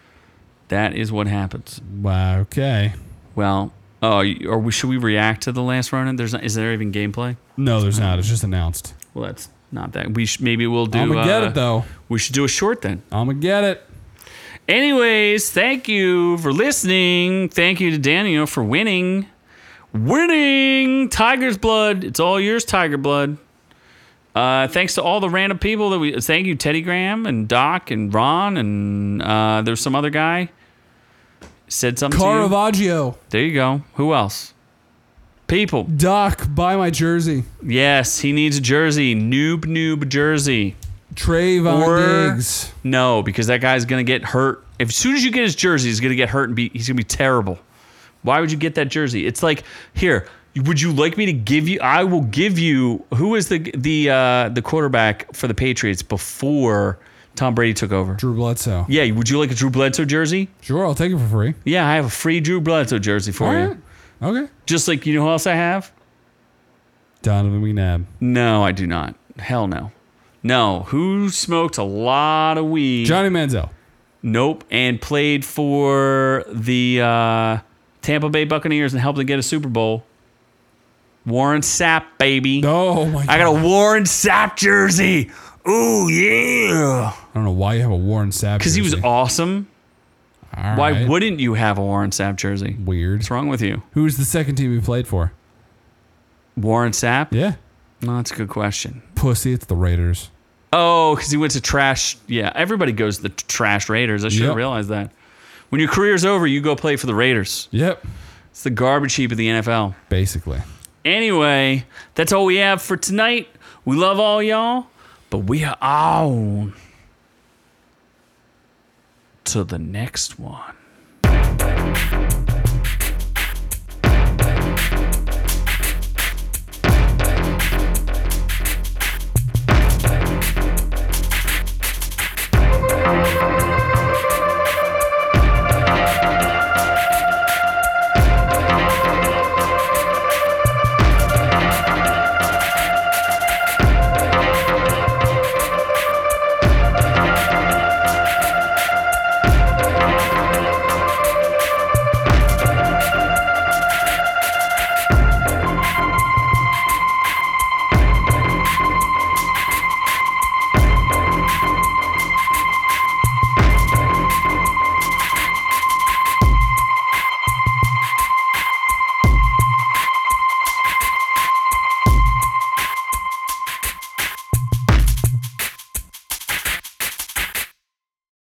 Speaker 2: That is what happens.
Speaker 1: wow, okay.
Speaker 2: Well, oh, you- or we, should we react to the last Ronin? There's not, is there even gameplay?
Speaker 1: No, there's not. It's just announced.
Speaker 2: Well, that's not that. We sh- maybe we'll do.
Speaker 1: I'm gonna get
Speaker 2: uh,
Speaker 1: it though.
Speaker 2: We should do a short then.
Speaker 1: I'm gonna get it.
Speaker 2: Anyways, thank you for listening. Thank you to Daniel for winning. Winning Tiger's Blood. It's all yours, Tiger Blood. Uh, thanks to all the random people that we thank you, Teddy Graham and Doc and Ron and uh, there's some other guy said something. To you.
Speaker 1: Caravaggio,
Speaker 2: There you go. Who else? People.
Speaker 1: Doc, buy my jersey.
Speaker 2: Yes, he needs a jersey. Noob noob jersey.
Speaker 1: Trayvon
Speaker 2: Or-
Speaker 1: Diggs.
Speaker 2: No, because that guy's gonna get hurt. As soon as you get his jersey, he's gonna get hurt and be he's gonna be terrible. Why would you get that jersey? It's like here. Would you like me to give you? I will give you. Who was the the uh, the quarterback for the Patriots before Tom Brady took over?
Speaker 1: Drew Bledsoe.
Speaker 2: Yeah. Would you like a Drew Bledsoe jersey?
Speaker 1: Sure, I'll take it for free.
Speaker 2: Yeah, I have a free Drew Bledsoe jersey for
Speaker 1: All
Speaker 2: you.
Speaker 1: right. Okay.
Speaker 2: Just like you know who else I have?
Speaker 1: Donovan McNabb.
Speaker 2: No, I do not. Hell no. No. Who smoked a lot of weed?
Speaker 1: Johnny Manziel.
Speaker 2: Nope, and played for the uh, Tampa Bay Buccaneers and helped them get a Super Bowl. Warren Sapp, baby.
Speaker 1: Oh my god.
Speaker 2: I got a Warren Sapp jersey. Ooh yeah,
Speaker 1: I don't know why you have a Warren Sapp.
Speaker 2: because he was awesome. Why wouldn't you have a Warren Sapp jersey?
Speaker 1: weird?
Speaker 2: What's wrong with you,
Speaker 1: Who's the second team he played for?
Speaker 2: Warren Sapp?
Speaker 1: Yeah.
Speaker 2: No, that's a good question.
Speaker 1: Pussy, it's the Raiders.
Speaker 2: Oh, because he went to trash. Yeah, everybody goes to the t- trash Raiders. I should have
Speaker 1: Yep.
Speaker 2: realized that. When your career's over, you go play for the Raiders.
Speaker 1: Yep.
Speaker 2: It's the garbage heap of the NFL.
Speaker 1: Basically.
Speaker 2: Anyway, that's all we have for tonight. We love all y'all, but we are on to the next one.